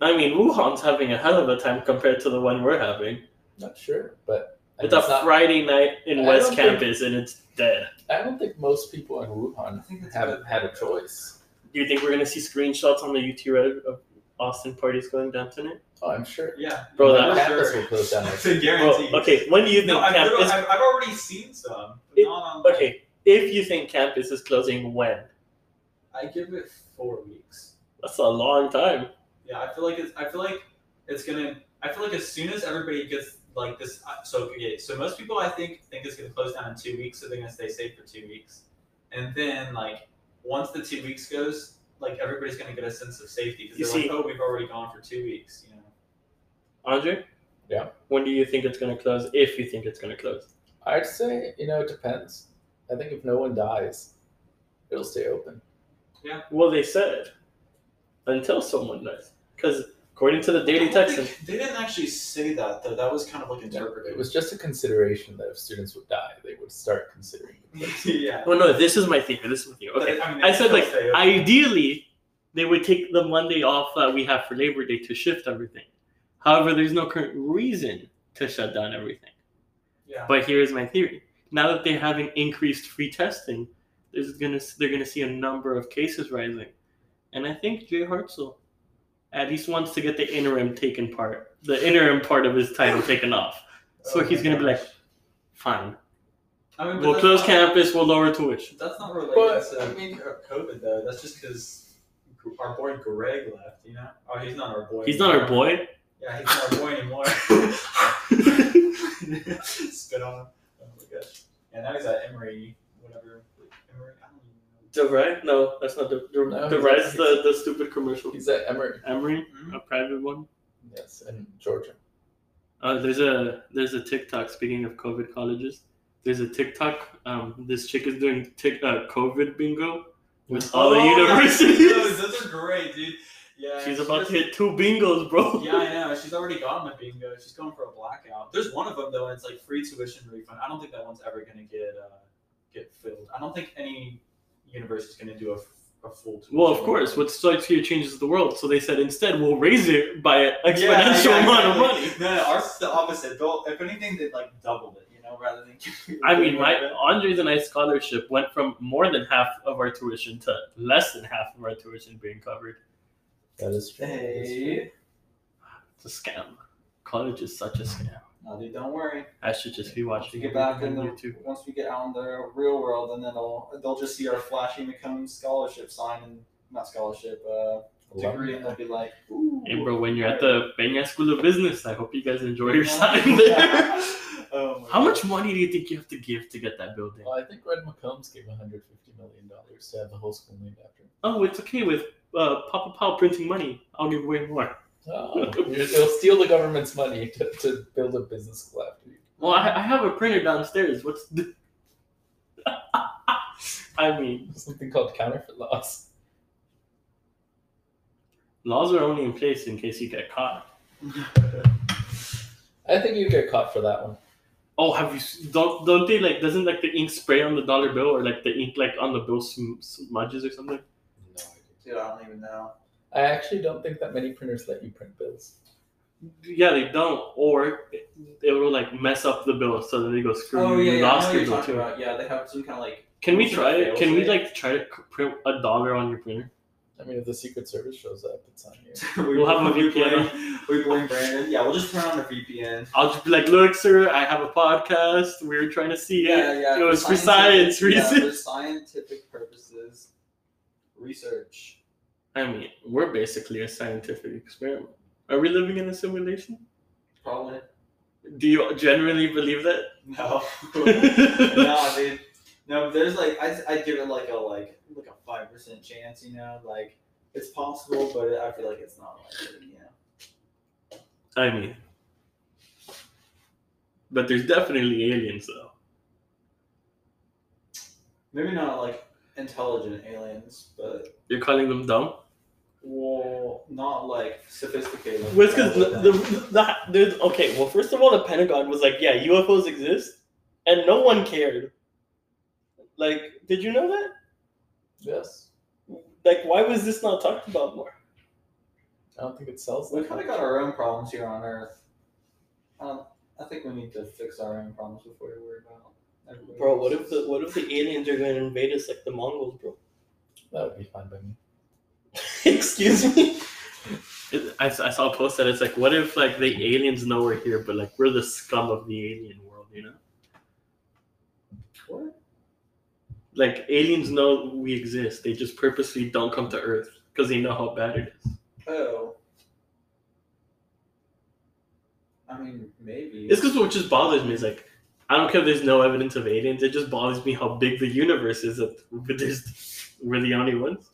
A: I mean, Wuhan's having a hell of a time compared to the one we're having.
C: not sure, but I
A: It's
C: mean,
A: a
C: it's not-
A: Friday night in
C: I
A: West
C: don't think-
A: Campus, and it's dead.
C: I don't think most people in Wuhan
B: think it's
C: have had a choice.
A: Do you think we're gonna see screenshots on the UT Reddit of Austin parties going down tonight?
C: Oh, I'm sure.
B: Yeah,
A: Bro,
C: My
A: that-
C: campus
B: Sure.
C: will close down.
B: *laughs* it's a
A: Bro,
B: guarantee.
A: okay, when do you think
B: No, I've, literally-
A: campus?
B: I've, I've already seen some. but
A: It-
B: not on, like,
A: Okay, if you think campus is closing, when?
B: I give it four weeks.
A: That's a long time.
B: Yeah, I feel like it's. I feel like it's gonna. I feel like as soon as everybody gets like this, I- so okay, so most people I think think it's gonna close down in two weeks, so they're gonna stay safe for two weeks, and then like once the two weeks goes, like everybody's gonna get a sense of safety
A: You
B: because they're
A: see-
B: like, oh, we've already gone for two weeks, you know.
A: Andre?
C: Yeah.
A: When do you think it's going to close? If you think it's going to close.
C: I'd say you know it depends. I think if no one dies, it'll stay open.
A: Well, they said until someone dies. Because according to the
B: I
A: Daily
B: don't
A: Texan,
B: think- They didn't actually say that though. That was kind of like interpreted.
C: It was just a consideration that if students would die, they would start considering.
B: *laughs*
C: it.
B: yeah.
A: oh no, this is my theory. This is my theory. Okay.
B: But, mean,
A: I
B: it's
A: said,
B: still
A: like,
B: safe.
A: Ideally, they would take the Monday off that we have for Labor Day to shift everything. However, there's no current reason to shut down everything.
B: Yeah.
A: But here's my theory. Now that they're having increased free testing, there's gonna they're gonna see a number of cases rising, and I think Jay Hartzell at least wants to get the interim taken part, the interim part of his title taken off. So
B: Oh
A: he's
B: my
A: gonna be
B: gosh.
A: like, fine,
B: I mean, but
A: we'll
B: that's
A: close
B: not-
A: campus, we'll lower tuition.
B: That's not related
C: But,
B: to
C: I mean-
B: uh, COVID though. That's just because our boy Greg left. You know? Oh, he's not our boy.
A: He's not our
B: *laughs*
A: boy. *laughs*
B: Yeah, he's not our boy anymore. *laughs* Spit on him. Oh my gosh. Yeah, now he's at Emory, whatever. Emory, I don't even
A: DeVry? No, that's not the De,
C: No,
A: DeVry's
C: he's-
A: the, the stupid commercial.
C: He's at Emory,
A: Emory,
B: Mhm.
A: a private one.
C: yes, in Georgia.
A: Uh, there's a there's a TikTok. Speaking of COVID colleges, there's a TikTok. Um, this chick is doing tick, uh, COVID bingo with
B: know.
A: all the
B: Oh, yeah,
A: universities.
B: those, *laughs* those are great, dude. Yeah.
A: She's
B: she
A: about to
B: just-
A: hit two bingos, bro.
B: Yeah, I know. She's already gone with bingo. She's going for a blackout. There's one of them though, and it's like free tuition refund. I don't think that one's ever gonna get uh, get filled. I don't think any university's gonna do a, a full.
A: *laughs*
B: Tuition
A: Well, of course,
B: refund.
A: what strikes here changes the world. So they said instead we'll raise it by an exponential
B: Yeah, yeah,
A: amount
B: exactly.
A: of money.
B: No, no, ours is the opposite. They'll, if anything, they like doubled it, you know, rather than.
A: I mean, my Andres and I scholarship went from more than half of our tuition to less than half of our tuition being covered.
C: That is true. that is true.
B: Hey.
A: It's a scam. College is such a scam.
B: No, dude, don't worry.
A: I should just be
B: Once we
A: watching
B: get back in
A: everything
B: the,
A: on YouTube.
B: once we get out in the real world, and then they'll they'll just see our flashy McComb scholarship sign and not scholarship, uh, degree, and they'll be like, ooh.
A: Hey, *laughs* bro, when you're at the Benya School of Business, I hope you guys enjoy your
B: Yeah.
A: time *laughs* there.
B: *laughs* Oh my
A: How
B: God.
A: much money do you think you have to give to get that building?
C: Well, I think Red McCombs gave 150 million dollars to have the whole school named *laughs* after him.
A: Oh, it's okay with uh, Papa Pal printing money. I'll give away more.
C: Oh, they'll steal the government's money to, to build a business school after you.
A: Well, I, I have a printer downstairs. What's the... *laughs* I mean,
C: Something called counterfeit laws.
A: laws are only in place in case you get caught.
C: I think you get caught for that one.
A: Oh, have you s- don't don't they like doesn't like the ink spray on the dollar bill or like the ink like on the bill sm- smudges or something?
C: No
B: Dude, I don't even know.
C: I actually don't think that many printers let you print bills.
A: Yeah, they don't, or it, it will like mess up the bill so then they go screw
B: Oh
A: you,
B: yeah,
A: you
B: yeah I know
A: lost
B: what
A: your
B: you're
A: bill
B: talking
A: too.
B: about. Yeah, they have some kind of like. *laughs*
A: Can we
B: Is it
A: try
B: fail
A: it? Can we
B: safe?
A: like try to c- print a dollar on your printer?
C: I mean, if the Secret Service shows up, it's on you.
B: we
A: We'll have a
B: we
A: VPN.
B: blame- We blame Brandon. Yeah, we'll just turn on the VPN.
A: I'll just be like, look, sir, I have a podcast. We are trying to see it.
B: yeah.
A: It was for
B: scientific-
A: science
B: Yeah, for
A: reasons.
B: scientific purposes, research.
A: *laughs* I mean, we're basically a scientific experiment. Are we living in a simulation?
B: Probably *laughs*
A: Do you generally believe that? *laughs*
B: no. *laughs* no, dude. No, but there's like I I give it like a like like a five percent chance, you know, like it's possible, but I feel like it's not likely, you know.
A: I mean, but there's definitely aliens though.
B: Maybe not like intelligent aliens, but
A: You're calling them dumb?
B: well, not like sophisticated.
A: Well, it's because the, the, the, there's okay. Well, first of all, the Pentagon was like, yeah, UFOs exist, and no one cared. Like, did you know that?
C: Yes.
A: Like, why was this not talked about more?
C: I don't think it sells.
B: we
C: that
B: kind of
C: much.
B: got our own problems here on Earth. Um, I think we need to fix our own problems before we worry about. everybody
A: Bro, what if the
B: else's.
A: what if the aliens are gonna invade us like the Mongols, bro?
C: That would be fine by me.
B: *laughs*
A: Excuse me. I, s- I saw a post that it's like, what if like the aliens know we're here, but like we're the scum of the alien world, you know?
B: What?
A: Like aliens know we exist, they just purposely don't come to Earth because they know how bad it is.
B: Oh. I mean, maybe.
A: It's because what just bothers me is like, I don't care if there's no evidence of aliens. It just bothers me how big the universe is that *laughs* there's we're the only ones.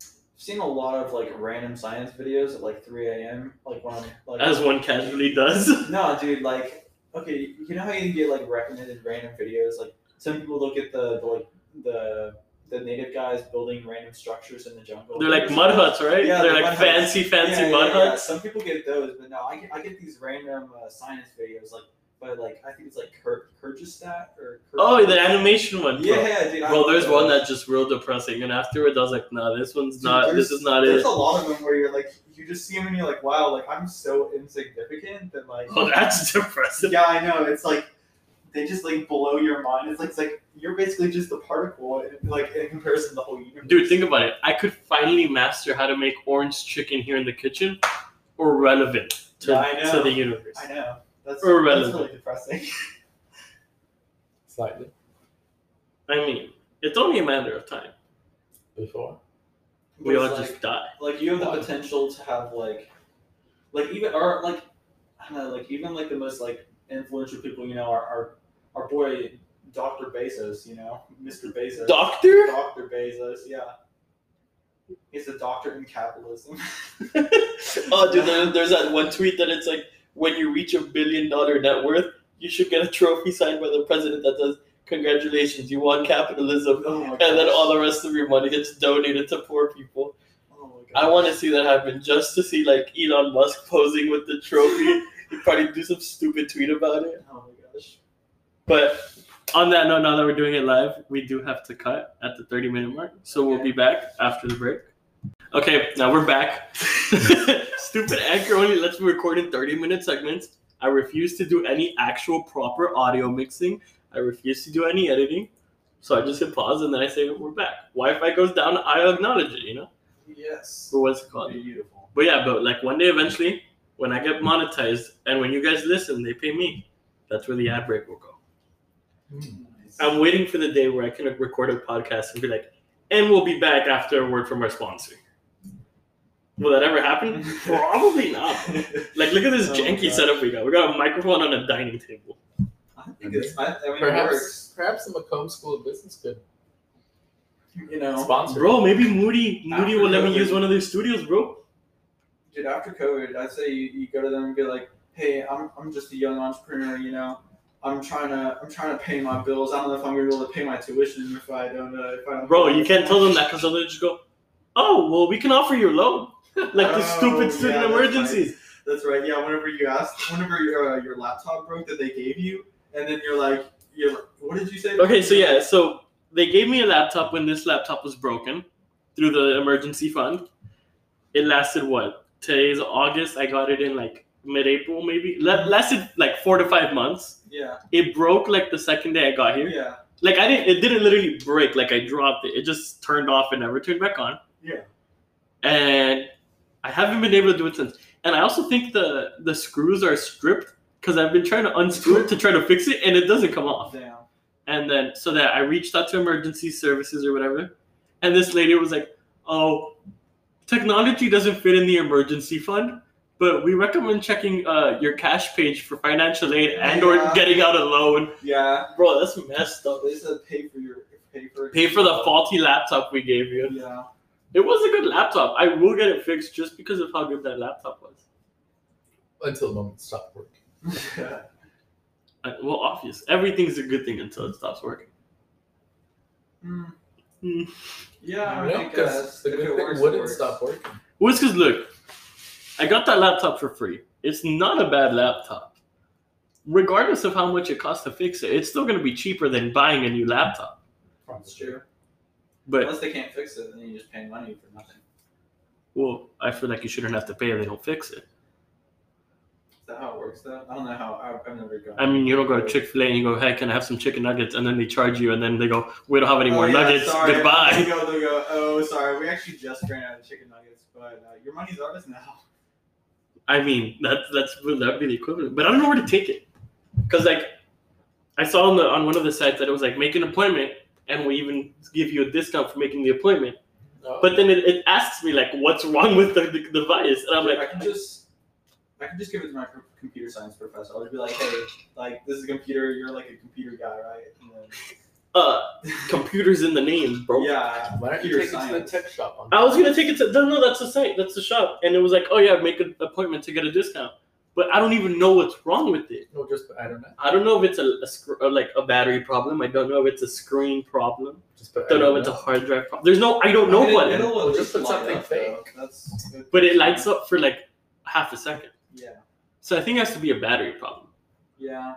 B: I've seen a lot of like random science videos at like 3 a.m. Like when I'm like
A: As one casually does. *laughs*
B: No, dude. Like, okay, you know how you can get like recommended random videos. Like, some people look at the, the like the the native guys building random structures in the jungle.
A: They're like mud huts, right?
B: Yeah,
A: They're
B: the
A: like
B: mud huts.
A: fancy,
B: Yeah,
A: fancy
B: yeah,
A: mud
B: yeah,
A: huts.
B: Some people get those, but no, I get, I get these random uh, science videos. Like, by like I think it's like Kur- Kyrgyzstan or. Kyrgyz-
A: Oh, the animation one. Bro.
B: Yeah, dude. I
A: Bro,
B: love
A: there's
B: those.
A: one that's just real depressing, and afterwards I was like, nah, this one's
B: Dude,
A: not. This
B: there's-
A: is not
B: There's
A: it.
B: a lot of them where you're like, you just see them and you're like, wow, like I'm so insignificant that like.
A: Oh, that's *laughs* depressing.
B: Yeah, I know. It's like they just like blow your mind. It's like it's like you're basically just a particle, in- like in comparison to the whole universe.
A: Dude, think about it. I could finally master how to make orange chicken here in the kitchen, irrelevant to,
B: Yeah, I know.
A: to the universe.
B: I know. That's, that's
A: Irrelevant.
B: really depressing.
C: Slightly
A: I mean, it's only a matter of time.
C: before.
A: *laughs* We
B: But
A: all
B: it's like,
A: just die.
B: like you have
C: Why?
B: the potential to have like, like even or like, I don't know, like even like the most like influential people you know are our our boy Dr. Bezos, you know, Mr. Bezos, *laughs*
A: Doctor?
B: Dr. Bezos, yeah. He's a doctor in capitalism. *laughs*
A: Oh, dude, there, there's that one tweet that it's like, when you reach a billion dollar net worth, you should get a trophy signed by the president that says, congratulations, you won capitalism.
B: Oh my
A: And then
B: gosh.
A: all the rest of your money gets donated to poor people.
B: Oh my
A: I
B: gosh.
A: want to see that happen just to see like Elon Musk posing with the trophy. He'd probably do some stupid tweet about it.
B: Oh my gosh.
A: But on that note, now that we're doing it live, we do have to cut at the 30 minute mark. So we'll be back after the break. Okay, now we're back. *laughs* Stupid anchor only lets me record in 30 minute segments. I refuse to do any actual proper audio mixing. I refuse to do any editing. So I just hit pause and then I say we're back. Wi Fi goes down, I acknowledge it, you know?
B: Yes.
A: Or what's it called?
B: Beautiful.
A: But yeah, but like one day eventually, when I get monetized and when you guys listen, they pay me. That's where the ad break will go.
B: Nice.
A: I'm waiting for the day where I can record a podcast and be like, and we'll be back after a word from our sponsor. Will that ever
B: *laughs*
A: happen? Probably not. Like, look at this
B: Oh,
A: janky
B: gosh.
A: setup we got. We got a microphone on a dining table.
B: I think it's. I, I mean, it
C: Perhaps,
B: works.
C: perhaps the Macomb School of Business could
B: You know,
C: sponsor.
A: Bro, maybe Moody Moody will let me
B: Absolutely.
A: use one of their studios, bro.
B: dude. After COVID, I say you, you go to them and be like, "Hey, I'm, I'm just a young entrepreneur. You know, I'm trying to I'm trying to pay my bills. I don't know if I'm gonna be able to pay my tuition if I don't uh, if I don't."
A: Bro, you can't tell them that because they'll just go, oh, well, we can offer you a loan. *laughs* Like the
B: Oh,
A: stupid
B: yeah,
A: student
B: that's
A: emergencies.
B: That's right. Yeah, whenever you asked, whenever your uh, your laptop broke that they gave you, and then you're like, you're like, what did you say?
A: Okay, so yeah, so they gave me a laptop when this laptop was broken through the emergency fund. It lasted what? Today's August. I got it in like mid April, maybe. La- lasted like four to five months.
B: Yeah.
A: It broke like the second day I got here.
B: Yeah.
A: Like I didn't it didn't literally break, like I dropped it. It just turned off and never turned back on.
B: Yeah.
A: And I haven't been able to do it since. And I also think the the screws are stripped because I've been trying to unscrew it to try to fix it and it doesn't come off.
B: Damn.
A: And then so that I reached out to emergency services or whatever. And this lady was like, Oh, technology doesn't fit in the emergency fund, but we recommend checking uh, your cash page for financial aid and or
B: Yeah.
A: getting out a loan.
B: Yeah.
A: Bro, that's messed up.
B: Oh, They said pay for your pay for
A: Pay for the faulty laptop we gave you.
B: Yeah.
A: It was a good laptop. I will get it fixed just because of how good that laptop was.
C: Until the moment it stopped working.
B: *laughs*
A: Uh, well, obvious. Everything's a good thing until it stops working.
B: Mm.
A: Hmm.
B: Yeah,
C: You
B: I
C: know,
B: think uh,
C: 'cause
B: that's
C: the
B: if
C: good
B: it
C: thing
B: works, it
C: wouldn't
B: works.
C: stop working.
A: Well, it's because look, I got that laptop for free. It's not a bad laptop. Regardless of how much it costs to fix it, it's still going to be cheaper than buying a new laptop.
B: That's true.
A: But,
B: Unless they can't fix it, then you just pay money for nothing.
A: well, I feel like you shouldn't have to pay if they don't fix it.
B: Is that how it works? Though I don't know how. I, I've never gone.
A: I mean, you don't go to Chick fil A and you go, hey, can I have some chicken nuggets? And then they charge you, and then they go, we don't have any
B: Oh,
A: more
B: yeah,
A: nuggets.
B: sorry. They
A: Goodbye.
B: go, they go, oh, sorry. We actually just ran out of chicken nuggets, but uh, your money's ours now.
A: I mean, that, that's that'd be the equivalent. But I don't know where to take it. Because, like, I saw on, the, on one of the sites that it was like, make an appointment, and we even give you a discount for making the appointment.
C: No.
A: But then it, it asks me like, what's wrong with the, the device? And I'm
B: Dude,
A: like,
B: I can just, I can just give it to my pro- computer science professor. I'll just be like, hey, like this is a computer. You're like a computer guy, right? And
A: uh,
B: then-
A: computers in the name, bro.
B: yeah.
C: Why don't you
B: Computer
C: take it to the
B: science.
C: tech shop? On
A: I was gonna take it to no, no, that's the site, that's the shop, and it was like, oh yeah, make an appointment to get a discount. But I don't even know what's wrong with it.
C: No, just I don't know.
A: I don't know if it's a, a sc- or, like a battery problem. I don't know if it's a screen problem.
C: Just put, I
A: Don't know if it's a hard drive problem. There's no, I don't know what.
B: It'll,
A: it-
B: it'll
C: Well,
B: at
C: just
B: least
C: put
B: light
C: something
B: up, though.
C: fake.
B: uh, That's.
A: But it lights up for like half a second.
B: Yeah.
A: So I think it has to be a battery problem.
B: Yeah.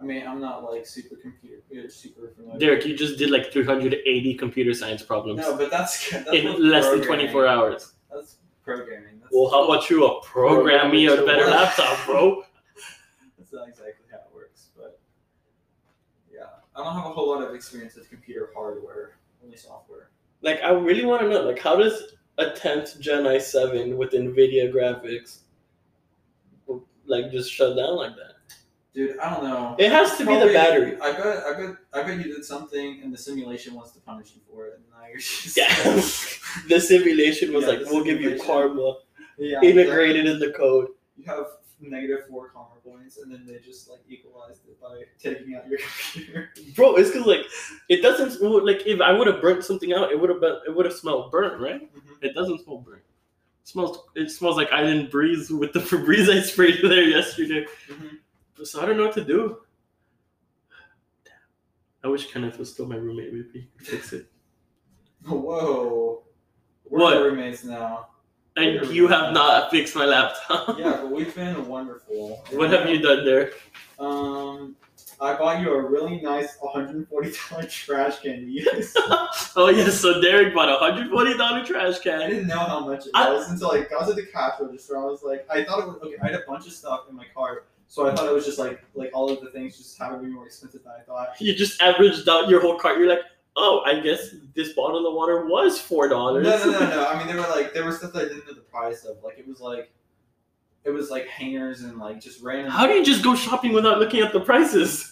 B: I mean, I'm not like super computer uh, super familiar.
A: Derek, you just did like 380 computer science problems
B: No, but that's, that's like
A: in less than
B: programming.
A: 24 hours.
B: That's programming. That's,
A: Well, how about you uh, program me a
C: Program
A: better
B: to work.
A: laptop, bro?
B: That's not exactly how it works, but yeah, I don't have a whole lot of experience with computer hardware, only software.
A: Like, I really want to know, like, how does a 10th Gen i7 with NVIDIA graphics, like, just shut down like that?
B: Dude, I don't know.
A: It has to be the
B: Probably-
A: battery.
B: I bet, I bet, I bet you did something, and the simulation wants to punish you for it, and now you're just
A: Yeah. The simulation was
B: Yeah,
A: like,
B: the
A: we'll give you
B: simulation.
A: karma
B: *laughs*
A: *laughs*
B: yeah.
A: integrated in the code.
B: You have negative four karma points, and then they just like equalized it by taking out your computer. *laughs*
A: Bro, it's because, like, it doesn't, well, like, if I would have burnt something out, it would have been, it would have smelled burnt, right? It doesn't smell burnt. It smells, it smells like Island Breeze with the *laughs* Febreze I sprayed there yesterday. So I don't know what to do. I wish Kenneth was still my roommate. Maybe he could fix it.
B: Whoa. We're
A: What?
B: roommates now.
A: And you have not fixed my laptop.
B: Yeah, but we've been wonderful.
A: *laughs* What have you done there?
B: Um, I bought you a really nice $140 trash can *laughs* to use.
A: Oh yes, so Derek bought a hundred forty dollar trash
B: I
A: can.
B: didn't know how much it
A: I-
B: was until like, I was at the cash register. I was like, I thought it was okay. I had a bunch of stuff in my cart, so I thought it was just like like all of the things just happened to be more expensive than I thought.
A: You just averaged out your whole cart. You're like, oh, I guess this bottle of water was four
B: No,
A: dollars.
B: no, no,
A: *laughs*
B: no. I mean, there were like there were stuff that I didn't know the price of. Like it was like it was like hangers
A: *laughs*
B: and like just random.
A: How do you just go shopping without looking at the prices?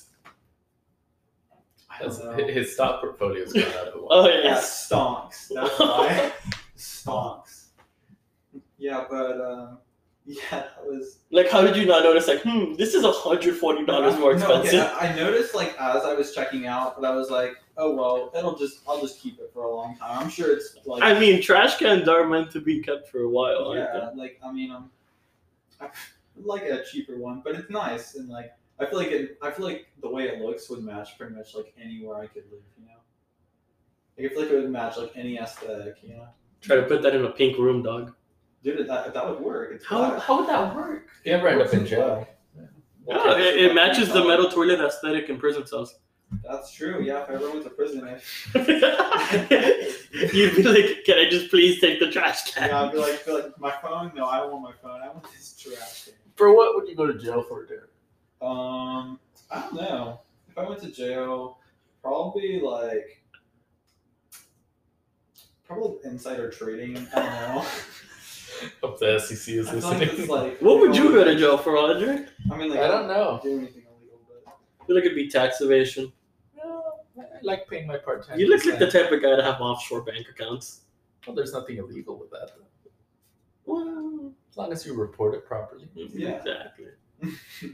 B: I
C: His, his stock portfolio's gone out of the
B: *laughs*
A: Oh
E: Yeah,
A: yes.
E: stonks.
A: *laughs*
E: That's why. stonks.
B: Yeah, but um, *laughs* yeah, that was
A: Like, how did you not notice? Like, hmm, this is hundred forty dollars more
B: No, okay,
A: expensive.
B: I I noticed like as I was checking out, but I was like, oh well, it'll just I'll just keep it for a long time. I'm sure it's like
A: I mean, trash cans are meant to be kept for a while. aren't they?
B: yeah, like I mean, I'm, I *laughs* like a cheaper one, but it's nice and like I feel like it. I feel like the way it looks would match pretty much like anywhere I could live. You know, like I feel like it would match like any aesthetic. You know,
A: Try to put that in a pink room, dog.
B: dude, that that would work. It's
A: How
B: black.
A: how would that work?
C: You ever end up in jail?
B: Black.
A: Yeah,
C: Okay.
A: it, it matches the metal toilet aesthetic in prison cells. *laughs*
B: That's true. Yeah, if everyone went to prison, I *laughs*
A: You'd be like, can I just please take the trash
B: *laughs*
A: can?
B: Yeah, I'd be like, I'd be like, my phone? No, I don't want my phone. I want this trash can.
C: For what would you go to jail for, Derek?
B: Um, I don't know. If I went to jail, probably like, probably insider trading. I don't
A: *laughs*
B: know.
C: Hope the SEC
B: I
C: is
B: feel like it's
C: listening.
B: like.
A: What would you go to jail for, Andre?
B: I mean, like,
C: *laughs* I don't know.
B: do anything illegal, but
A: I feel like it'd be tax evasion.
C: No, I like paying my part time.
A: You look like the type of guy to have offshore bank accounts.
C: Well, there's nothing illegal with that, though.
A: Well,
C: As long as you report it properly,
B: Yeah.
A: exactly.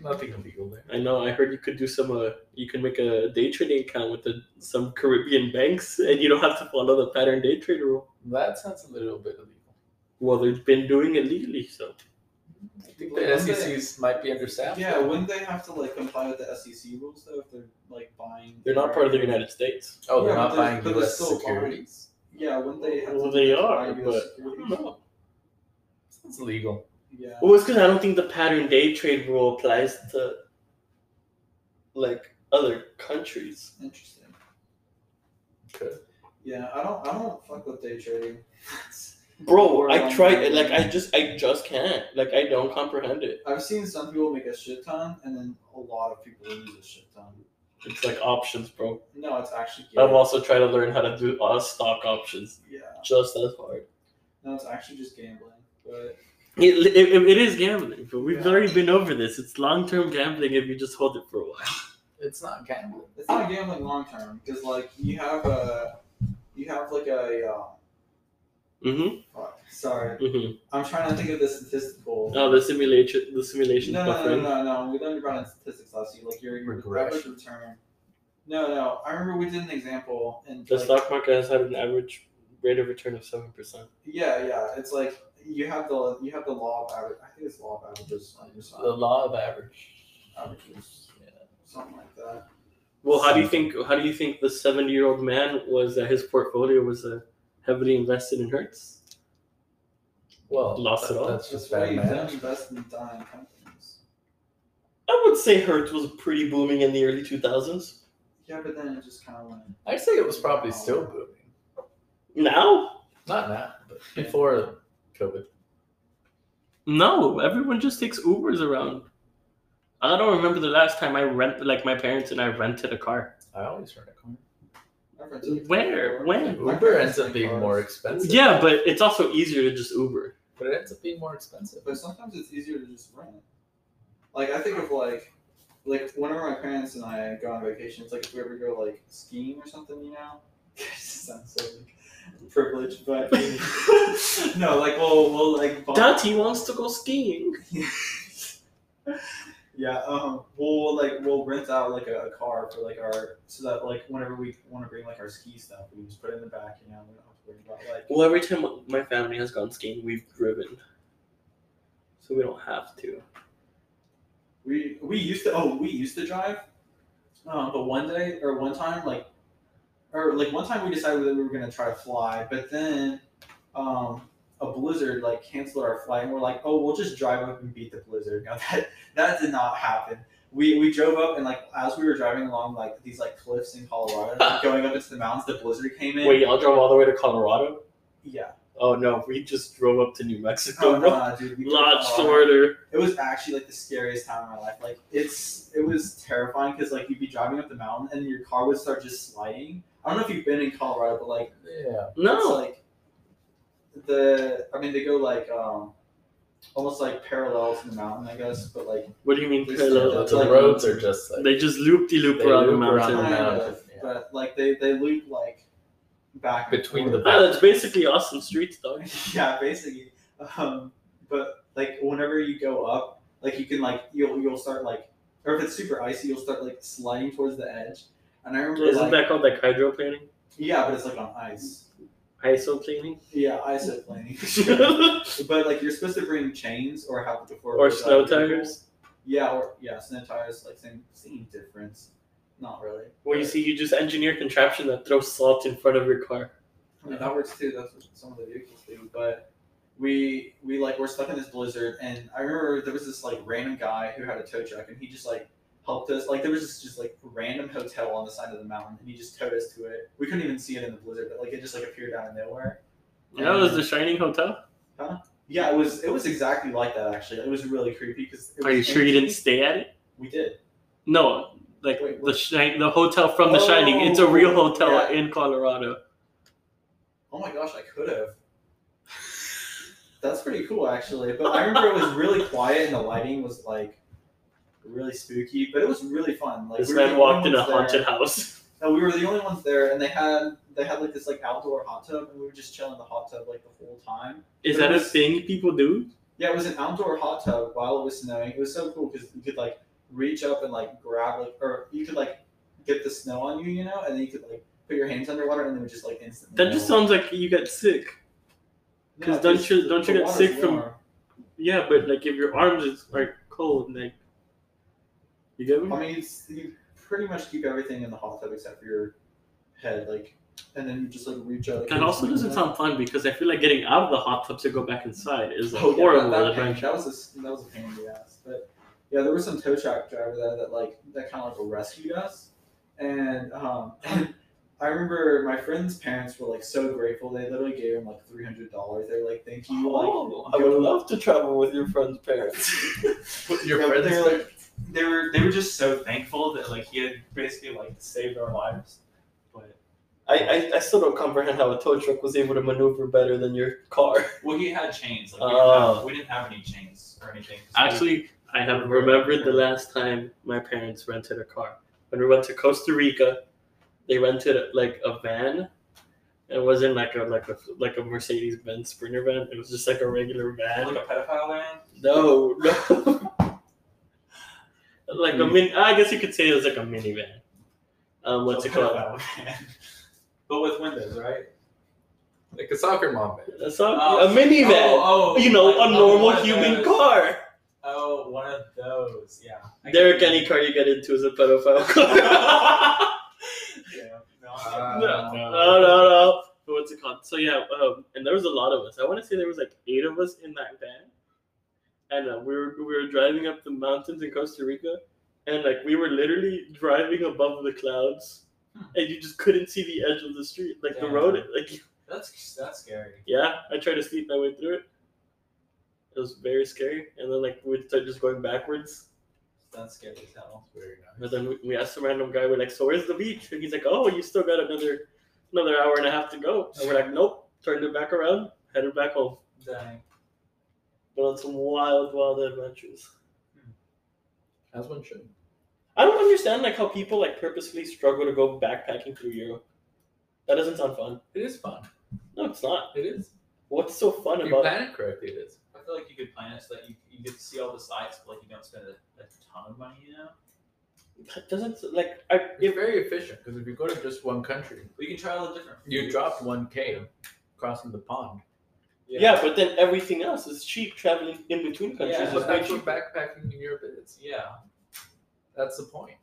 C: nothing illegal there.
A: I know. I heard you could do some. Uh, you can make a day trading account with the, some Caribbean banks, and you don't have to follow the pattern day trade rule.
C: That sounds a little bit illegal.
A: Well, they've been doing it legally, so
C: I think
B: Well,
C: the
B: one day-
C: SECs might be
B: *laughs*
C: understaffed.
B: yeah, wouldn't they have to like comply with the SEC rules though if they're like buying?
A: they're not part of the United States.
C: Oh, they're
B: Yeah,
C: not
B: but
C: buying
B: they're- but they're
C: U.S.
B: still
C: securities.
B: Yeah, wouldn't they have
A: Well,
B: to?
A: they
B: to buy
A: are,
B: US
A: but-
B: securities?
A: No.
C: Sounds illegal.
B: Yeah.
A: Well, it's because I don't think the pattern day trade rule applies to like other countries.
B: Interesting.
C: Good.
B: Yeah, I don't. I don't fuck with day trading. *laughs*
A: Bro,
B: Or
A: I
B: on
A: tried.
B: the-
A: Like, I just, I just can't. Like, I don't comprehend it.
B: I've seen some people make a shit ton, and then a lot of people lose a shit ton.
A: It's like options, bro.
B: No, it's actually
A: I've
B: game.
A: also tried to learn how to do uh, stock options.
B: Yeah,
A: Just as hard.
B: no, it's actually just gambling. But
A: It, it, it is gambling, but we've
B: Yeah.
A: already been over this. It's long term gambling if you just hold it for a while.
C: It's not gambling.
B: it's not gambling long term because like you have a, you have like a. Um,
A: Mm-hmm.
B: fuck, sorry,
A: mm-hmm.
B: I'm trying to think of the statistical.
A: Oh, the simulation, the simulation
B: No, no, no,
A: buffering.
B: no, no, no. We learned about it in statistics last year, like your your average
C: Regression.
B: return. No, no. I remember we did an example and
A: The
B: like,
A: stock market has had an average rate of return of seven percent.
B: yeah, yeah. It's like you have the you have the law of average. I think it's law of averages on your side.
C: The law of average.
B: averages,
C: Yeah.
B: something like that.
A: Well, how do you think? How do you think the seventy year old man was that his portfolio was uh, heavily invested in Hertz?
C: Well,
A: Lost it all.
C: That's
B: That's
C: just
B: why
C: bad
B: you don't
C: management.
B: invest in dying companies.
A: I would say Hertz was pretty booming in the early two thousands.
B: Yeah, but then it just kind of went.
C: I'd say it was probably still booming.
A: Now,
C: Not now, but before COVID.
A: no, everyone just takes Ubers around. I don't remember the last time I rent like my parents and I rented a car.
C: I always rent a car.
B: I've rented a
A: Where?
B: car.
A: When?
B: My
C: Uber
B: parents
C: ends up
B: rent
C: being
B: cars.
C: more expensive.
A: Yeah, but it's also easier to just Uber.
C: But it ends up being more expensive.
B: But sometimes it's easier to just rent. Like I think of like, like whenever my parents and I go on vacation, it's like if we ever go like skiing or something, you know. *laughs* It sounds so like, privileged,
C: *laughs*
B: but *laughs* no, like we'll we'll like. buy-
A: Dati wants to go skiing.
B: *laughs* Yeah, um, we'll like we'll rent out like a, a car for like our so that like whenever we want to bring like our ski stuff, we just put it in the back, you know, we don't have to worry about like.
A: Well, every time my family has gone skiing, we've driven. So we don't have to.
B: We we used to oh we used to drive, um, but one day or one time like, or like one time we decided that we were gonna try to fly, but then, um, a blizzard like canceled our flight, and we're like, oh, we'll just drive up and beat the blizzard. *laughs* Now that that did not happen. We we drove up and like as we were driving along like these like cliffs
A: *laughs*
B: in Colorado, like, going up into the mountains, the blizzard came in.
A: Wait, y'all drove all the way to Colorado?
B: Yeah.
A: Oh no, we just drove up to New Mexico.
B: Oh, nah, dude. we drove
A: Lodge
B: Colorado.
A: order.
B: it was actually like the scariest time of my life. Like it's it was terrifying because like you'd be driving up the mountain and your car would start just sliding. I don't know if you've been in Colorado, but like
C: Yeah.
B: it's
A: No.
B: like the I mean they go like um almost like parallel to the mountain, I guess, but like
A: What do you mean
B: It's
A: parallel?
B: not-
C: The roads are just like
A: They just loop de loop
C: they
A: around the
C: loop around
A: mountain.
B: Kind
C: the mountain.
B: of.
C: Yeah.
B: but like they they loop like back and
C: Between
B: forth.
C: the back.
A: Ah, that's basically Austin Streets, dog.
B: *laughs* yeah, basically. Um, but like whenever you go up, like you can like you'll you'll start like, or if it's super icy, you'll start like sliding towards the edge. And I remember
A: Isn't
B: like
A: that called like hydroplaning?
B: yeah, but it's like on ice. *laughs*
A: Isoplaning?
B: Yeah,
A: *laughs*
B: isoplaning.
A: or
B: but like you're supposed to bring chains or have the before without
A: snow
B: your vehicle.
A: tires?
B: Yeah, or yeah, snow tires like same same difference. Not really.
A: Well, you see, you just engineer contraption that throws salt in front of your car.
B: I mean, that works too. That's what some of the vehicles do. But we we like were stuck in this blizzard, and I remember there was this like random guy who had a tow truck, and he just like helped us. Like there was this just like random hotel on the side of the mountain, and he just towed us to it. We couldn't even see it in the blizzard, but like it just like appeared out of nowhere.
A: That was the Shining Hotel.
B: Yeah, it was it was exactly like that actually. It was really creepy because.
A: Are you sure you didn't stay at it?
B: We did.
A: No, like
B: Wait,
A: the
B: what?
A: shi- the hotel from The
B: Oh,
A: Shining. It's a real hotel
B: yeah.
A: in Colorado.
B: Oh my gosh, I could have. That's pretty cool actually. But I remember it was really quiet and the lighting was like really spooky, but it was really fun. Like
A: This
B: we were
A: man
B: the only
A: walked in a
B: ones there.
A: haunted house.
B: No, we were the only ones there and they had they had like this like outdoor hot tub and we were just chilling in the hot tub like the whole time.
A: Is
B: It
A: that a
B: was-
A: thing people do?
B: Yeah, it was an outdoor hot tub while it was snowing. It was so cool because you could like reach up and like grab like or you could like get the snow on you, you know, and then you could like put your hands underwater and they would just like instantly
A: That just
B: melt.
A: sounds like you got sick.
B: No,
A: 'cause don't
B: it's-
A: you- don't you
B: the
A: get
B: water's
A: sick from-
B: warm.
A: Yeah, but like if your arms is- are cold, like you get
B: I
A: me?
B: mean, it's, you pretty much keep everything in the hot tub except for your head, like, and then you just like reach out.
A: That also doesn't
B: Like-
A: sound fun because I feel like getting out of the hot tub to go back inside is a
B: *laughs* Oh, yeah,
A: horrible
B: that, that, pain-
A: adventure.
B: that was a s- that was a pain in the ass, but yeah, there was some tow truck driver there that like that kind of like rescued us, and um, *laughs* I remember my friend's parents were like so grateful. They literally gave him like three hundred dollars. They're like, "Thank you." Like,
F: Oh, I
B: go- *laughs*
F: would love to travel with your friend's parents.
C: Your
B: Yeah, but
C: friends
B: they're
C: there?
B: like,
F: they were they were just so thankful that like he had basically like saved our lives. But
A: I, I, I still don't comprehend how a tow truck was able to maneuver better than your car.
F: well, he had chains. Like we, didn't,
A: Oh.
F: have, we didn't have any chains or anything.
A: Actually, I have remembered the last time my parents rented a car. When we went to Costa Rica, they rented like a van. It wasn't like a like a like a Mercedes Benz Sprinter van. It was just like a regular van.
F: like a pedophile man.
A: No, no. *laughs* like a min. I guess you could say it was like a minivan. Um, what's it called?
F: *laughs* but with windows, right?
C: Like a soccer mom. band.
A: That's not,
F: Oh,
A: a minivan.
F: Oh, oh,
A: you know,
F: like,
A: a
F: oh,
A: normal
F: one of
A: human
F: those.
A: car.
F: Oh, one of those. Yeah. I
A: Derek,
F: get
A: any
F: it.
A: car you get into is a pedophile
F: *laughs*
A: car.
F: Yeah.
B: *laughs*
F: No,
C: Uh,
F: I'm-
A: no, Uh, no, no, no. But what's it called? So yeah, um, and there was a lot of us. I want to say there was like eight of us in that van, and uh, we were we were driving up the mountains in Costa Rica, and like we were literally driving above the clouds, and you just couldn't see the edge of the street, like the
F: Hmm. Damn.
A: road. Like *laughs*
F: that's that's scary.
A: yeah, I tried to sleep my way through it. It was very scary, and then like we'd start just going backwards.
F: That's scary as hell.
C: Very nice.
A: But then we- we asked some random guy, we're like, so where's the beach? And he's like, oh, you still got another another hour and a half to go. And we're like, nope. Turned it back around, headed back home.
F: Dang.
A: Went on some wild, wild adventures.
C: As one should.
A: I don't understand like how people like purposefully struggle to go backpacking through Europe. That doesn't sound fun.
C: It is fun.
A: No, it's not.
C: It is.
A: What's so fun
C: If you
A: about it?
C: plan it correctly, it is.
F: I feel like you could plan it so that you, you get to see all the sites, but like you don't spend a, a ton of money, you know.
A: That doesn't like I
C: It's very efficient because if you go to just one country,
F: We can try all the different.
C: you
F: foods.
C: dropped one K crossing the pond.
A: yeah. but then everything else is cheap traveling in between countries.
F: Yeah,
A: is
C: but
A: way
C: that's what
A: cheaper.
C: backpacking in Europe is.
F: Yeah.
C: That's the point.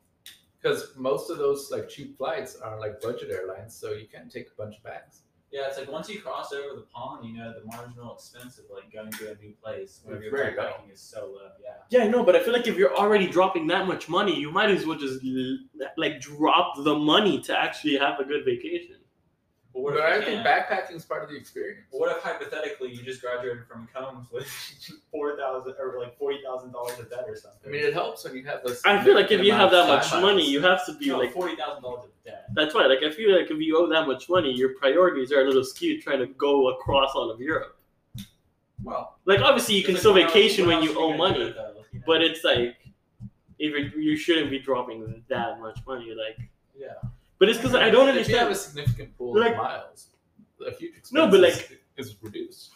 C: Because most of those like cheap flights are like budget airlines, so you can't take a bunch of bags.
F: Yeah, it's like once you cross over the pond, you know the marginal expense of like going to a new place whenever
C: It's
F: your
C: very low.
F: backpacking is so low. Yeah.
A: Yeah, I know, but I feel like if you're already dropping that much money, you might as well just l- like drop the money to actually have a good vacation.
F: But what
C: But
F: if you
C: I
F: can't?
C: think backpacking is part of the experience.
F: What if hypothetically you just graduated from Combs with *laughs* four thousand or like forty thousand dollars of debt or
C: I
F: something?
C: mean, it helps when you have those.
A: I feel like if you have that
C: amount
A: much
C: of
A: money, you have to be
F: no,
A: like.
F: forty thousand dollars of debt.
A: That's why, like, I feel like if you owe that much money, your priorities are a little skewed trying to go across all of Europe.
C: Well,
A: Like, obviously, you can
F: Like,
A: still
F: what else-
A: vacation
F: what
A: when
F: else
A: you
F: are
A: owe
F: gonna do
A: money,
F: with that, you know?
A: but it's like, if you you shouldn't be dropping that much money. Like,
F: yeah.
A: But it's because I don't
C: If you have
A: understand.
C: a significant pool
A: Like-
C: of miles, a huge expense
A: No, but
C: is, is reduced.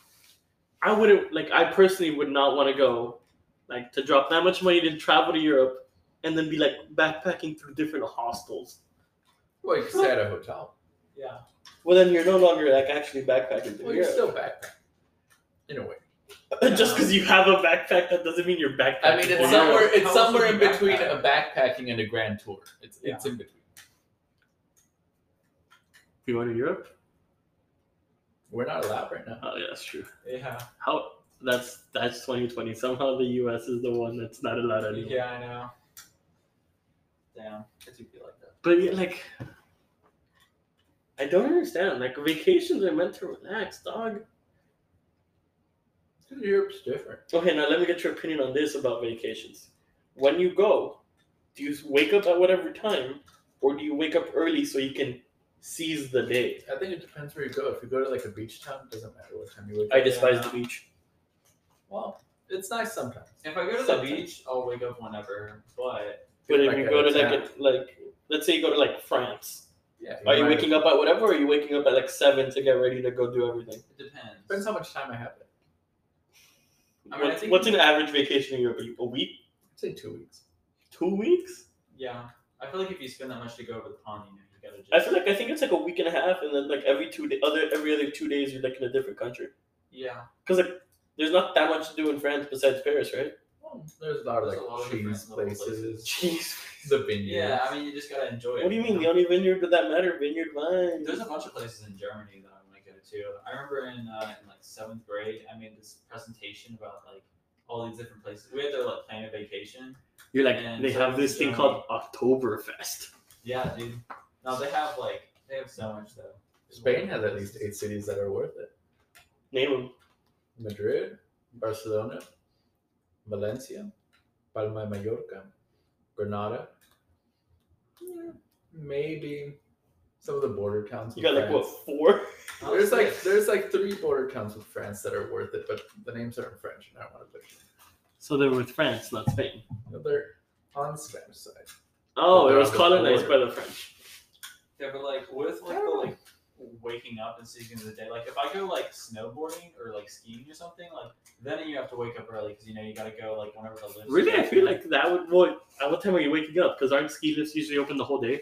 A: I wouldn't like. I personally would not want to go, like, to drop that much money to travel to Europe, and then be like backpacking through different hostels.
C: Well, you can stay at a hotel.
B: Yeah.
A: Well, then you're no longer like actually backpacking through
C: Well, you're
A: Europe.
C: still backpacking. In a way.
A: *laughs* Just because you have a backpack, that doesn't mean you're backpacking.
C: I mean,
A: through
C: it's
B: Well,
A: Europe.
C: somewhere. It's
B: how
C: somewhere
B: else
C: in
B: would you
C: between
B: backpack?
C: a backpacking and a grand tour. It's it's in between.
A: You going to Europe?
C: We're not allowed right now.
A: Oh yeah, that's true.
B: Yeah.
A: How? That's that's 2020. Somehow the U.S. is the one that's not allowed anymore.
B: Yeah, I know. Damn, I do feel like that.
A: But yeah, like, I don't understand. Like, vacations are meant to relax, dog.
C: Europe's different.
A: Okay, now let me get your opinion on this about vacations. When you go, do you wake up at whatever time, or do you wake up early so you can seize the day?
C: I think it depends where you go. If you go to like a beach town, it doesn't matter what time you wake
A: I
C: up.
A: despise the beach.
C: Well, it's nice sometimes.
B: If I go to the
A: Sometimes.
B: beach, I'll wake up whenever. But
A: But if
C: Like
A: you
C: a
A: go to like
C: town.
A: a, like, let's say you go to like France,
C: Yeah.
A: are you
C: might-
A: waking up at whatever, or are you waking up at like seven to get ready to go do everything?
B: it depends.
C: Depends how much time I have. I'd
B: I mean, I
A: What's-
B: think-
A: what's an average vacation in Europe? A week?
C: say two weeks.
A: Two weeks?
B: Yeah, I feel like if you spend that much to go over the pond, you know, you gotta just.
A: I feel like I think it's like a week and a half, and then like every two day, other every other two days you're like in a different country.
B: yeah,
A: Cause like there's not that much to do in France besides Paris, right?
C: Well, there's a lot of
B: There's
C: like
B: a lot of
C: cheese
B: different little
C: places,
B: places.
A: Jeez.
C: the vineyards.
B: yeah. I mean, you just gotta enjoy it.
A: What do you mean the only vineyard would that matter? Vineyard wine.
B: There's a bunch of places in Germany that I want to go to. I remember in, uh, in like seventh grade, I made this presentation about like all these different places. We had to like plan a vacation.
A: You're like
B: And
A: they have this thing
B: Germany.
A: called Oktoberfest.
B: Yeah, dude. No, they have like they have so much though.
C: Spain has at least eight cities that are worth it:
A: Name them.
C: Madrid, Barcelona, Valencia, Palma de Mallorca, Granada. Yeah, maybe some of the border towns.
A: You
C: with
A: got like what
C: France.
A: four?
C: There's like there's like three border towns with France that are worth it, but the names are in French, and I don't want to push.
A: So they're with France, not Spain.
C: No, they're on the Spanish side.
A: Oh,
C: But
A: it
C: they're
A: was
C: on the
A: colonized by
C: border.
A: the French.
B: Yeah, but like, what if like the like waking up and sleeping in the day? Like, if I go like snowboarding or like skiing or something, like then you have to wake up early because you know you gotta go like whenever the lifts.
A: Really, I feel like that would. Well, at what time are you waking up? Because aren't ski lifts usually open the whole day?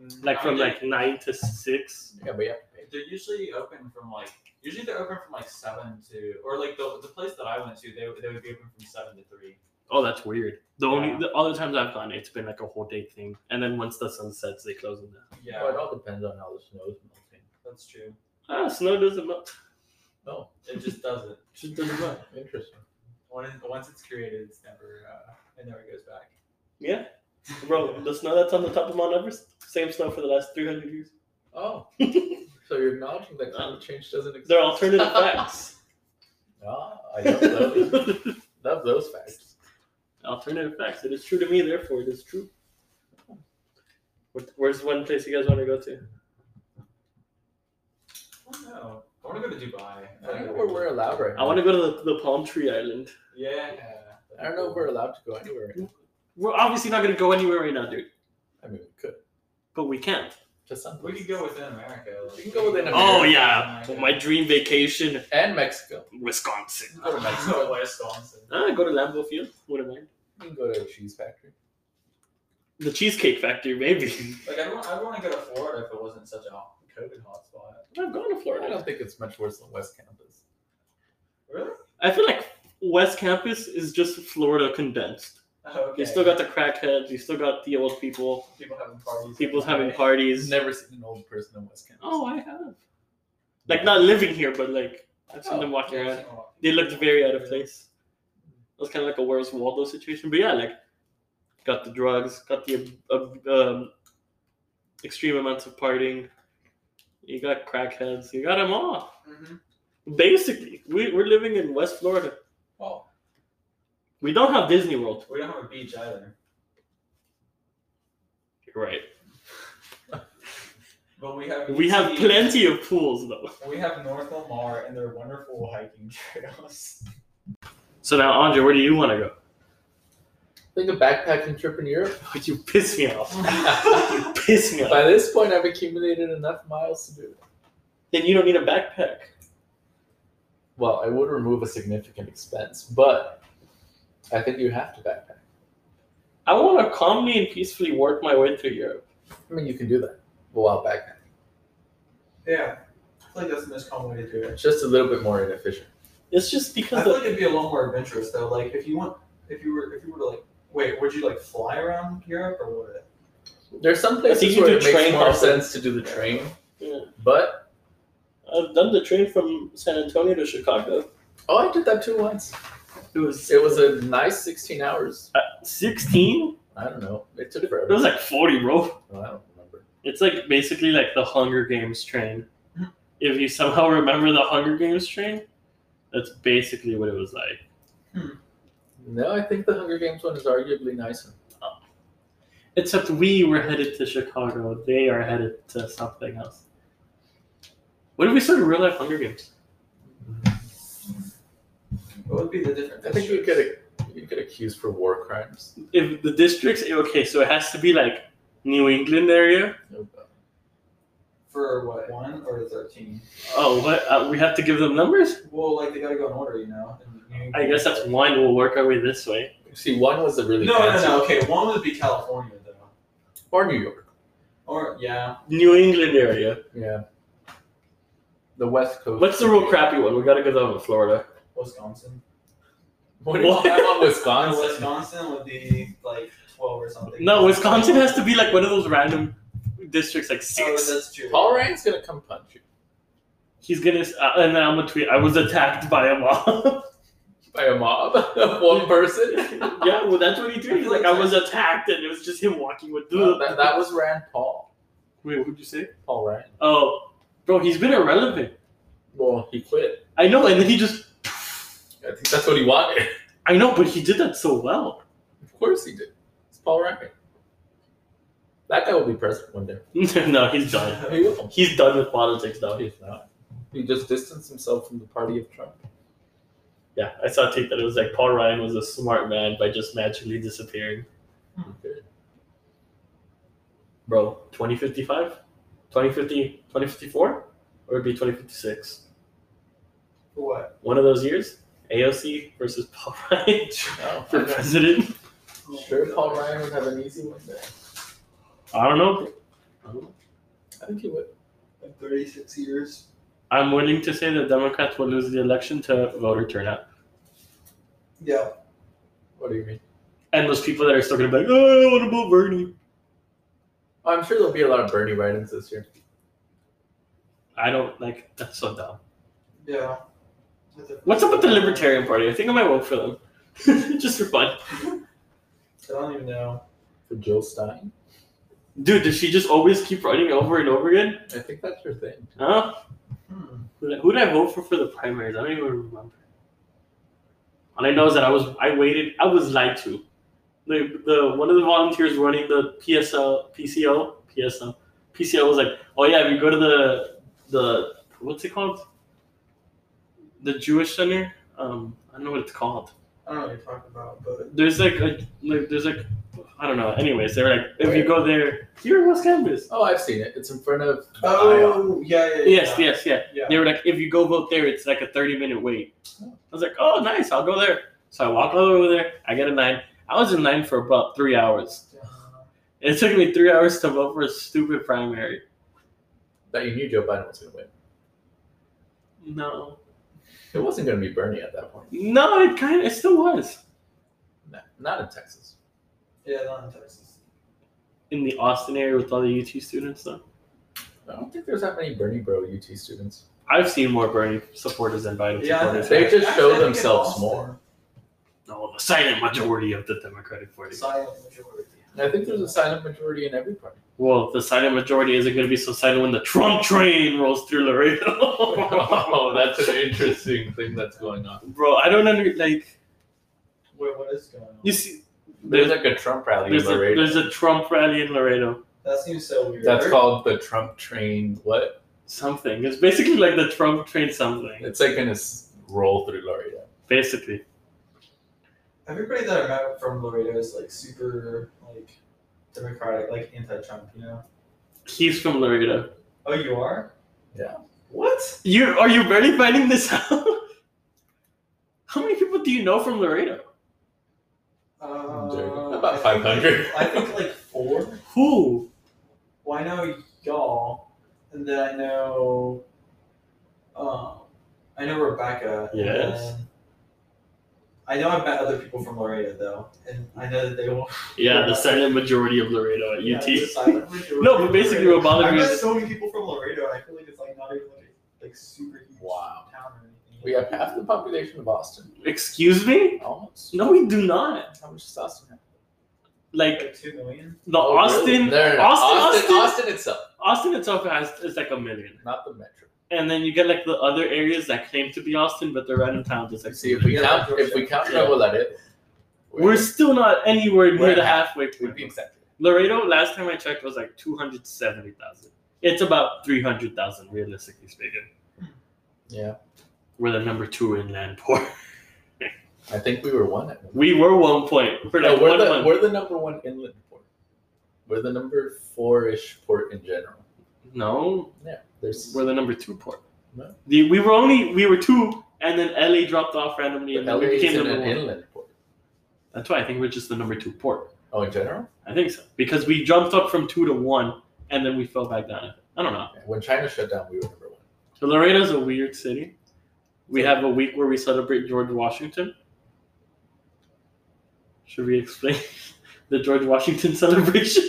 B: Mm,
A: Like
B: I
A: from
B: mean,
A: like nine to six.
C: Yeah, but yeah,
B: they're- they're usually open from like usually they're open from like seven to or like the the place that I went to they they would be open from seven to three.
A: Oh, that's weird. The
B: Yeah.
A: only the other times I've gone, it's been like a whole day thing, and then once the sun sets, they close them down.
B: Yeah,
C: Well, it all depends on how the snow is melting.
B: that's true.
A: Ah, snow doesn't melt.
C: Oh,
B: It just doesn't.
A: Just doesn't melt.
C: interesting.
B: When it, once it's created, it's never uh, it never goes back.
A: Yeah, bro. The snow that's on the top of Mount Everest, same snow for the last three hundred years.
C: Oh, so you're acknowledging that
A: Um,
C: climate change doesn't
A: *laughs*
C: exist?
A: They're alternative facts.
C: Ah, I love those.
A: *laughs* alternative
C: love those facts.
A: facts. It is true to me, therefore it is true. What- Where's one place you guys want to go to?
B: I
F: Oh,
B: don't know. I want to go to Dubai.
C: I don't know where we're allowed right now.
A: I want to go to the, the palm tree island.
B: Yeah.
C: I don't know if we're allowed to go anywhere. Right now.
A: We're obviously not gonna go anywhere right now, dude.
C: I mean, we could
A: But we can't.
C: to some.
B: We could
C: places.
B: go within America. Like,
C: We can go within
A: Oh
C: America.
F: *laughs*
A: yeah, my dream vacation,
C: and Mexico.
A: Wisconsin.
B: Go *laughs* to Mexico, Wisconsin.
A: Ah, go to Lambeau Field. Wouldn't mind.
C: We can go to a cheese factory.
A: The Cheesecake Factory, maybe. *laughs*
B: Like I want, I want to go to Florida if it wasn't such a hot- COVID hotspot.
A: I'm going to
C: I
A: Florida.
C: don't think it's much worse than West Campus.
B: Really?
A: I feel like West Campus is just Florida condensed.
D: *laughs*
B: Okay.
A: You still got the crackheads. You still got the old people.
B: people having parties.
A: People's having
B: Right.
C: I've
A: parties.
C: never seen an old person in West Campus.
A: Oh, I have. Oh, Like not living here, but like I've seen them walking
B: Yeah,
A: around.
B: I've seen a lot.
A: They looked very out of place. It was kind of like a Where's Waldo situation. But yeah, like got the drugs, got the uh, um, extreme amounts of partying. You got crackheads. You got them all.
B: Mhm.
A: Mm-hmm. Basically, we, we're living in West Florida.
C: Well,
A: We don't have Disney World.
B: We don't have a beach either,
A: You're right.
B: but we have.
A: We have
B: UT.
A: plenty of pools though.
B: We have North Lamar and their
A: *laughs*
B: wonderful hiking trails.
A: So now, Andre, where do you want to go?
C: Think of backpacking trip in Europe.
A: Would *laughs* you piss me *laughs* off?
C: By
A: You piss me off.
C: this point, I've accumulated enough miles to do it.
A: Then you don't need a backpack.
C: Well, I would remove a significant expense, but I think you have to backpack.
A: I want to calmly and peacefully work my way through Europe.
C: I mean, you can do that while backpacking.
D: Yeah. I feel like that's the most common way to do it.
C: It's just a little bit more inefficient.
A: It's just
D: I
A: because
D: feel
A: the,
D: like it'd be a lot more adventurous though. Like if you want, if you were, if you were to like, wait, would you like fly around Europe or what?
C: There's some
A: think
C: places
A: you
C: where
A: do
C: it makes
A: train
C: more
A: hopping.
C: sense to do the train,
A: Yeah.
C: but
A: I've done the train from San Antonio to Chicago.
C: oh, I did that too once.
A: It was
C: It was a nice 16 hours.
A: 16.
C: I don't know. It took
A: Uh, It
C: forever.
A: was like 40, bro.
C: Oh, I don't remember.
A: It's like basically like the Hunger Games *gasps* train.
D: Mhm.
A: If you somehow remember the Hunger Games train, that's basically what it was like.
C: No, I think the Hunger Games one is arguably nicer.
A: Except we were headed to Chicago. They are headed to something else. What if we started real life Hunger Games?
D: What would be the difference?
C: I think you could you could accuse for war crimes.
A: If the districts, okay, so it has to be like New England area.
D: for what one or thirteen.
A: Oh, what? Uh, we have to give them numbers?
D: Well, like they gotta go in order, you know. and you-
A: I guess that's one. We'll work our way this way.
C: See, one was a
D: No,
C: really
D: no,
C: fancy
D: no. Okay, one would be California though,
C: or New York.
D: or yeah,
A: New England area.
C: Yeah. The West Coast.
A: What's the real crappy one? We gotta go down to Florida.
D: Wisconsin.
C: What do you
A: What?
C: have on
D: No,
C: Wisconsin?
D: Oh, Wisconsin would be like twelve or something.
A: No, Wisconsin has to be like one of those random districts, like
D: Oh,
A: six.
D: that's true.
C: Paul Ryan's gonna come punch you
A: He's gonna, uh, and then I'm gonna tweet. I was attacked by a mob. *laughs*
C: by a mob *laughs* of one *laughs* person.
A: yeah, well, that's what he tweeted. He's Like I was attacked, and it was just him walking with.
C: Well, Uh, that, that was Rand Paul.
A: Wait, what'd you say?
C: Paul Ryan.
A: Oh, bro, he's been irrelevant.
C: Well, he quit.
A: I know, and then he just.
C: I think that's what he wanted.
A: I know, but he did that so well.
C: Of course he did. It's Paul Ryan. That guy will be president one day.
A: *laughs* no, he's done.
C: He will.
A: He's done with politics
C: No,
A: now.
C: he's not. He just distanced himself from the party of Trump.
A: Yeah, I saw a tweet that it was like Paul Ryan was a smart man by just magically disappearing.
C: Hmm.
A: Bro, 2055? 2050, 2054? Or it'd be 2056?
D: For what?
A: One of those years? AOC versus *laughs* Paul Ryan
C: No,
A: for president?
C: *laughs* Sure,
D: Oh,
C: Paul Ryan would have an easy one there.
A: I don't know. I don't know.
C: I think he would.
D: In Thirty-six years.
A: I'm willing to say that Democrats will lose the election to voter turnout.
D: Yeah.
C: What do you mean?
A: And those people that are still going to be like, oh, what about Bernie?
C: Oh, I'm sure there'll be a lot of Bernie write-ins this year.
A: I don't like that's so dumb.
D: Yeah.
A: What's up with the Libertarian Party? I think I might vote for them. *laughs* just for fun.
D: I don't even know.
C: For Jill Stein?
A: Dude, does she just always keep running over and over again?
C: I think that's her thing.
A: Huh?
D: Hmm.
A: Who did, who did I vote for for the primaries? I don't even remember. All I know is that I was I waited. I was lied to. The, the one of the volunteers running the PSL PCO PSL PCO was like, oh yeah, if you go to the the what's it called? The Jewish Center. Um, I don't know what it's called.
D: I don't know what you're talking about, but
A: There's like a like there's like I don't know. Anyways, they were like, if you go there, here in West Campus.
C: Oh, I've seen it. It's in front of the ION.
D: oh yeah, yeah, yeah.
A: Yes, yes, yeah.
D: yeah.
A: They were like, if you go vote there, it's like a 30 minute wait. I was like, oh, nice, I'll go there. So I walk all the way over there. I get a nine. I was in line for about three hours. It took me three hours to vote for a stupid primary.
C: that you knew Joe Biden was going to win.
A: No.
C: It wasn't going to be Bernie at that point.
A: No, it kind of, it still was.
C: No, not in Texas.
D: Yeah, not in Texas.
A: In the Austin area with all the UT students, though.
C: I don't think there's that many Bernie bro UT students.
A: I've seen more Bernie supporters than Biden
D: Yeah, I
A: supporters.
C: They
D: think-
C: just
D: actually,
C: show
D: I think in
C: themselves
D: Austin,
C: more.
A: No, the silent majority of the Democratic Party.
D: Silent majority.
C: And I think there's a silent majority in every party.
A: Well, the silent majority isn't going to be so silent when the Trump train rolls through Laredo. *laughs* Oh,
C: interesting thing that's going on.
A: Bro, I don't under like
D: Wait, what is going on?
A: you see.
C: There's
A: There's,
C: like a Trump rally
A: there's
C: in
A: a
C: Laredo.
A: there's a Trump rally in Laredo.
D: That seems so weird.
C: That's called the Trump train. What?
A: Something. It's basically like the Trump train. Something.
C: It's like going to roll through Laredo.
A: Basically.
B: everybody that I met from Laredo is like super like democratic, like anti-Trump. You know?
A: He's from Laredo.
B: Oh, you are?
C: Yeah.
B: What?
A: You are you barely finding this out? *laughs* How many people do you know from Laredo?
D: Uh,
G: About
D: I
G: 500.
D: think-
B: I think like four.
A: Who?
B: Why no?
D: y'all, and then I know, um, I know Rebecca. and
A: Yes.
D: then- I know I've met other people from Laredo though, and I know that they
A: *laughs*
D: will.
A: Yeah, the silent majority of Laredo at
D: *laughs* Yeah,
A: UT.
D: the silent majority
A: *laughs* No, but basically
D: of
A: what bothered
D: I've
A: me
D: met
A: is-
D: so many people from Laredo. I feel like it's like not even like a like super huge
C: Wow.
D: town or anything.
C: We have half the population of Boston,
A: Excuse me?
C: almost.
A: No, we do not.
C: How much does Austin have?
A: Like
D: like two
A: *laughs*
D: million.
A: the
C: Oh, really?
A: Austin,
C: No, no,
A: Austin,
C: no. Austin,
A: Austin-
C: Austin itself,
A: Austin itself has is like a million,
C: not the metro.
A: and then you get like the other areas that claim to be Austin, but they're random towns. It's like
C: See, if we
D: Yeah,
C: count,
D: metro
C: if we count
A: Yeah.
C: Nuevo Laredo,
A: we're still not anywhere
C: We're
A: near the
C: at half.
A: halfway
C: we'd be
A: point.
C: exactly.
A: Laredo, last time I checked, was like two hundred seventy thousand. It's about three hundred thousand, realistically speaking.
C: Yeah,
A: We're the number two inland port. *laughs*
C: I think we were one. At
A: We were one point for
C: No,
A: like
C: we're
A: one
C: the
A: month.
C: we're the number one inland port. We're the number four ish port in general.
A: No,
C: There's
A: we're the number two port.
C: No.
A: The, we were only we were two, and then LA dropped off randomly, and
C: LA
A: then we became
C: is an
A: number one.
C: inland port.
A: That's why I think we're just the number two port.
C: Oh, in general,
A: I think so because we jumped up from two to one, and then we fell back down. I don't know.
C: Okay. when China shut down, we were
A: *laughs*
C: number one.
A: So Laredo's a weird city. We have a week where we celebrate George Washington. Should we explain *laughs* the George Washington *laughs* celebration?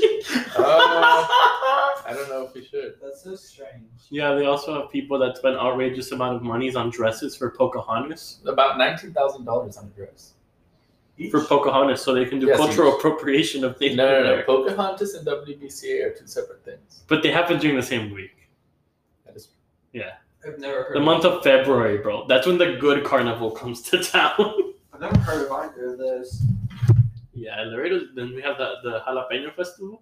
C: Oh. I don't know if we should.
D: That's so strange.
A: yeah, they also have people that spend outrageous amount of monies on dresses for Pocahontas.
C: About nineteen thousand dollars on a dress.
A: for Pocahontas so they can do
C: Yes,
A: cultural
C: yes.
A: appropriation of
C: No,
A: Native
C: no, no.
A: American-
C: Pocahontas and WBCA are two separate things.
A: But they happen during the same week.
C: That is
D: I've never heard.
A: The month of February, bro. That's when the good carnival comes to *laughs* town.
D: I've never heard of either of those.
A: yeah, Laredo. Then we have the, the Jalapeno Festival.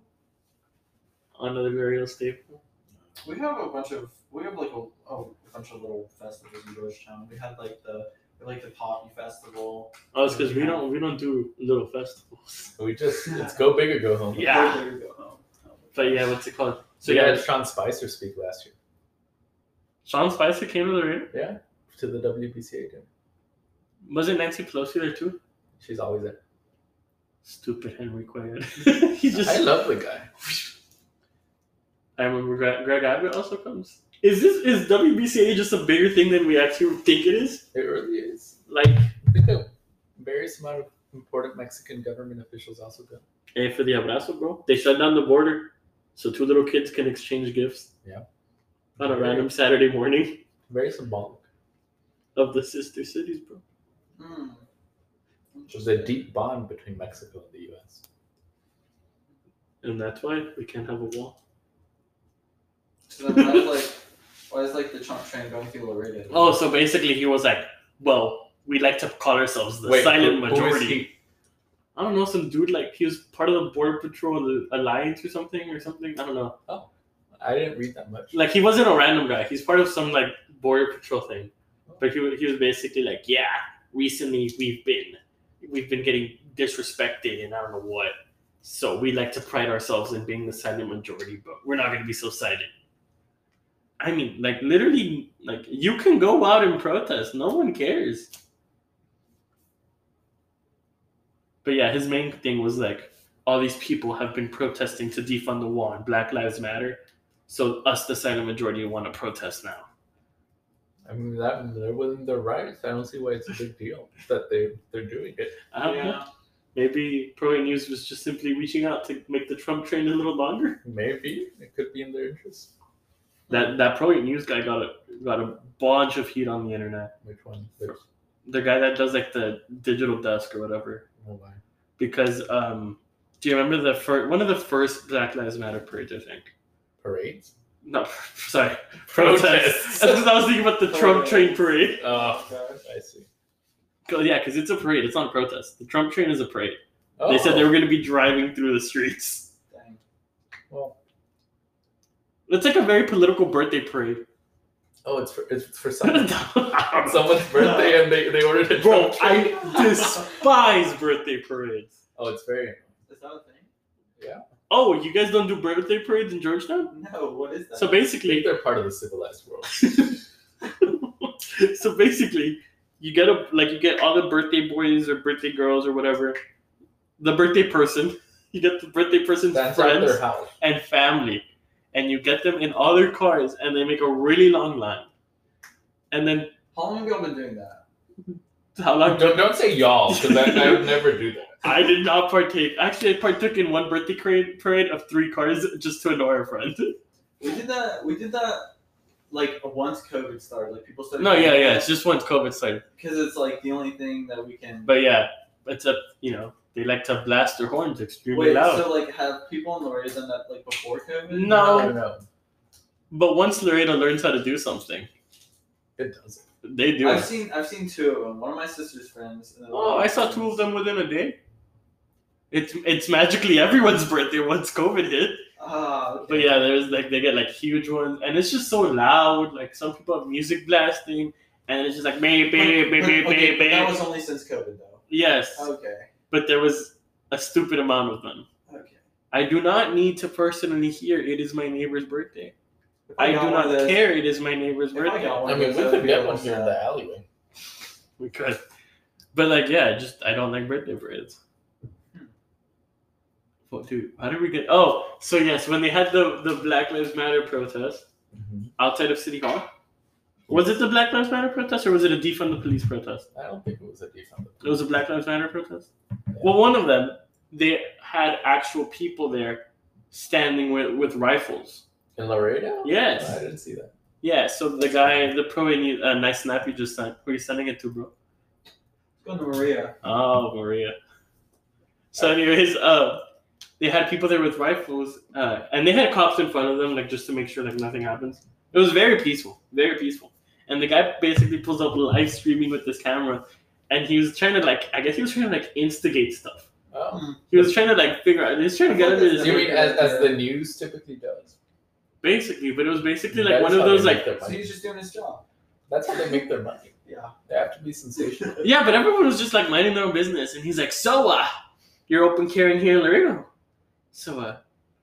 A: Another Laredo staple.
D: We have a bunch of we have like a, a bunch of little festivals in Georgetown. We had like the like the Poppy Festival.
A: Oh, it's because we don't we don't do little festivals. *laughs*
C: we just it's go big or go home.
A: Yeah.
D: There you go. Oh, oh.
A: But yeah, what's it called? So
C: So you
A: yeah,
C: had Sean Spicer speak last year
A: Sean Spicer came to Laredo.
C: to the WBCA dinner.
A: Wasn't Nancy Pelosi there too?
C: She's always there.
A: Stupid Henry Quaid. *laughs* he just.
C: I love the guy.
A: I remember Greg, Greg Abbott also comes. Is this is WBCA just a bigger thing than we actually think it is?
C: It really is.
A: Like
C: I think a various amount of important Mexican government officials also go.
A: Hey, eh, for the abrazo, bro. They shut down the border so two little kids can exchange gifts.
C: Yeah.
A: On a random Saturday morning
C: Very symbolic.
A: of the sister cities, bro.
D: Hmm.
C: There's a deep bond between Mexico and the U.S.
A: And that's why we can't have a wall.
D: So then why is like why is like the Trump train going through Laredo?
A: *laughs* Oh, so basically he was like, well, we like to call ourselves the silent
C: who- who is
A: majority.
C: he?
A: I don't know, some dude like he was part of the border patrol alliance or something or something. I don't know.
C: I didn't read that much.
A: Like he wasn't a random guy. He's part of some like border patrol thing. But he wa- he was basically like, yeah, recently we've been we've been getting disrespected and I don't know what. So we like to pride ourselves in being the silent majority, but we're not gonna be so silent. I mean, like literally, like you can go out and protest. No one cares. But yeah, his main thing was like all these people have been protesting to defund the wall and Black Lives Matter. So us, the silent majority, want to protest now.
C: I mean, that they're within their rights. I don't see why it's a big deal that they they're doing it.
A: I don't know. Maybe Pro News was just simply reaching out to make the Trump train a little longer.
C: Maybe it could be in their interest.
A: That that Pro News guy got a got a bunch of heat on the internet.
C: Which one? Which?
A: The guy that does like the digital desk or whatever.
C: Oh my.
A: Because um, do you remember the first one of the first Black Lives Matter parades? I think.
C: Parades.
A: No, *laughs* sorry, protests. That's 'cause *laughs* I was thinking about the Trump train parade.
C: Oh, I see.
A: 'Cause- Yeah, because it's a parade. It's not a protest. The Trump train is a parade.
C: Oh,
A: They said they were going to be driving through the streets.
D: Dang.
C: Well,
A: It's like a very political birthday parade.
C: Oh, it's for it's
A: *laughs*
C: for someone,
A: Bro,
C: someone's birthday, and they, they ordered it.
A: I despise birthday parades.
C: Oh, it's very.
D: Is that a thing?
A: Oh, you guys don't do birthday parades in Georgetown?
D: No, what is that?
A: So
C: I think
A: basically, *laughs*
C: they're part of the civilized world.
A: so basically, you get a like you get all the birthday boys or birthday girls or whatever, the birthday person. *laughs* You get the birthday person's
C: That's not
A: friends
C: their house.
A: and family, and you get them in all their cars, and they make a really long line. And then
D: How long have y'all been doing that?
A: how long?
C: Don't don't say y'all because I, I would never do that.
A: I did not partake. Actually, I partook in one birthday parade, parade of three cars just to annoy a friend.
D: We did that. We did that like once COVID started. Like people started.
A: *laughs* No, yeah, yeah. It's just once COVID started.
D: Because it's like the only thing that we can.
A: But yeah, it's a you know they like to blast their horns extremely
D: Wait,
A: loud.
D: so like have people on the radio done that like before COVID?
A: No.
C: I don't know.
A: but once Laredo learns how to do something,
C: It doesn't.
A: they do
D: I've
A: it.
D: seen I've seen two of them. One of my sister's friends. And then one
A: Oh,
D: my
A: I saw
D: friends.
A: two of them within a day. It's it's magically everyone's birthday once COVID hit.
D: Ah, okay.
A: But yeah, there's like they get like huge ones, and it's just so loud. Like some people have music blasting, and it's just like baby, baby,
D: But-
A: baby,
D: *laughs* okay,
A: baby.
D: but That was only since COVID though.
A: yes,
D: Okay.
A: but there was a stupid amount of them.
D: Okay.
A: I do not need to personally hear it is my neighbor's birthday. I do
D: got one
A: not
D: of those-
A: care. It is my neighbor's
D: If I
A: birthday.
D: got one
C: I
D: of
C: mean,
D: those,
C: we
D: that
C: could
D: would
C: get
D: be uh,
C: one
D: almost
C: here in
D: that.
C: the alleyway.
A: We could. But like, yeah, just I don't like birthday parades.
D: Hmm.
A: What, dude? How did we get? Oh, so yes, when they had the the Black Lives Matter protest outside of City Hall, was it the Black Lives Matter protest or was it a defund the police protest?
C: I don't think it was a defund.
A: It was a Black Lives Matter protest. Well, one of them, they had actual people there standing with with rifles.
C: In Laredo?
A: Yes.
C: I didn't see that.
A: Yeah, so the guy, the pro, any uh, nice snap you just sent. Who are you sending it to, bro?
D: Go to Maria.
A: Oh, Maria. So, anyways, uh, they had people there with rifles, uh, and they had cops in front of them, like just to make sure like nothing happens. It was very peaceful, very peaceful. And the guy basically pulls up live streaming with this camera, and he was trying to like, I guess he was trying to like instigate stuff.
C: Oh.
A: He was trying to like figure out. He was trying to get into
C: Do you
A: this,
C: mean as, as the news typically does?
A: basically, but it was basically like
C: That's
A: one of
C: how they
A: those
C: make
A: like,
C: their
D: So
C: money.
D: he's just doing his job. *laughs*
C: That's how they make their money.
D: Yeah.
C: They have to be sensational.
A: yeah, but everyone was just like minding their own business, and he's like, so uh, you're open carrying here in Laredo. So uh,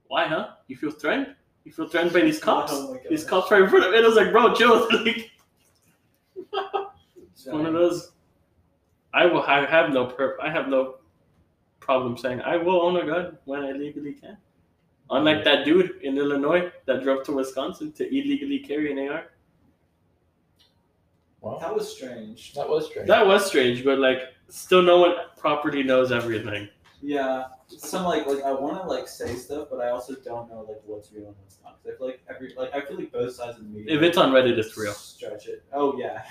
A: why, huh? You feel threatened? You feel threatened by these cops?
D: Oh my God.
A: These cops right in front of me. And I was like, bro, chill. *laughs* like, it's one of those. I will. I have no perp. I have no problem saying I will own a gun when I legally can. Unlike that dude in Illinois that drove to Wisconsin to illegally carry an AR.
C: Wow.
D: That was strange.
C: That was strange.
A: That was strange, but like, still, no one properly knows everything.
D: Yeah. Some like like I want to like say stuff, but I also don't know like what's real and what's not. 'Cause I feel like every like I feel like both sides of the media.
A: If it's on Reddit, it's real.
D: Stretch it. Oh yeah,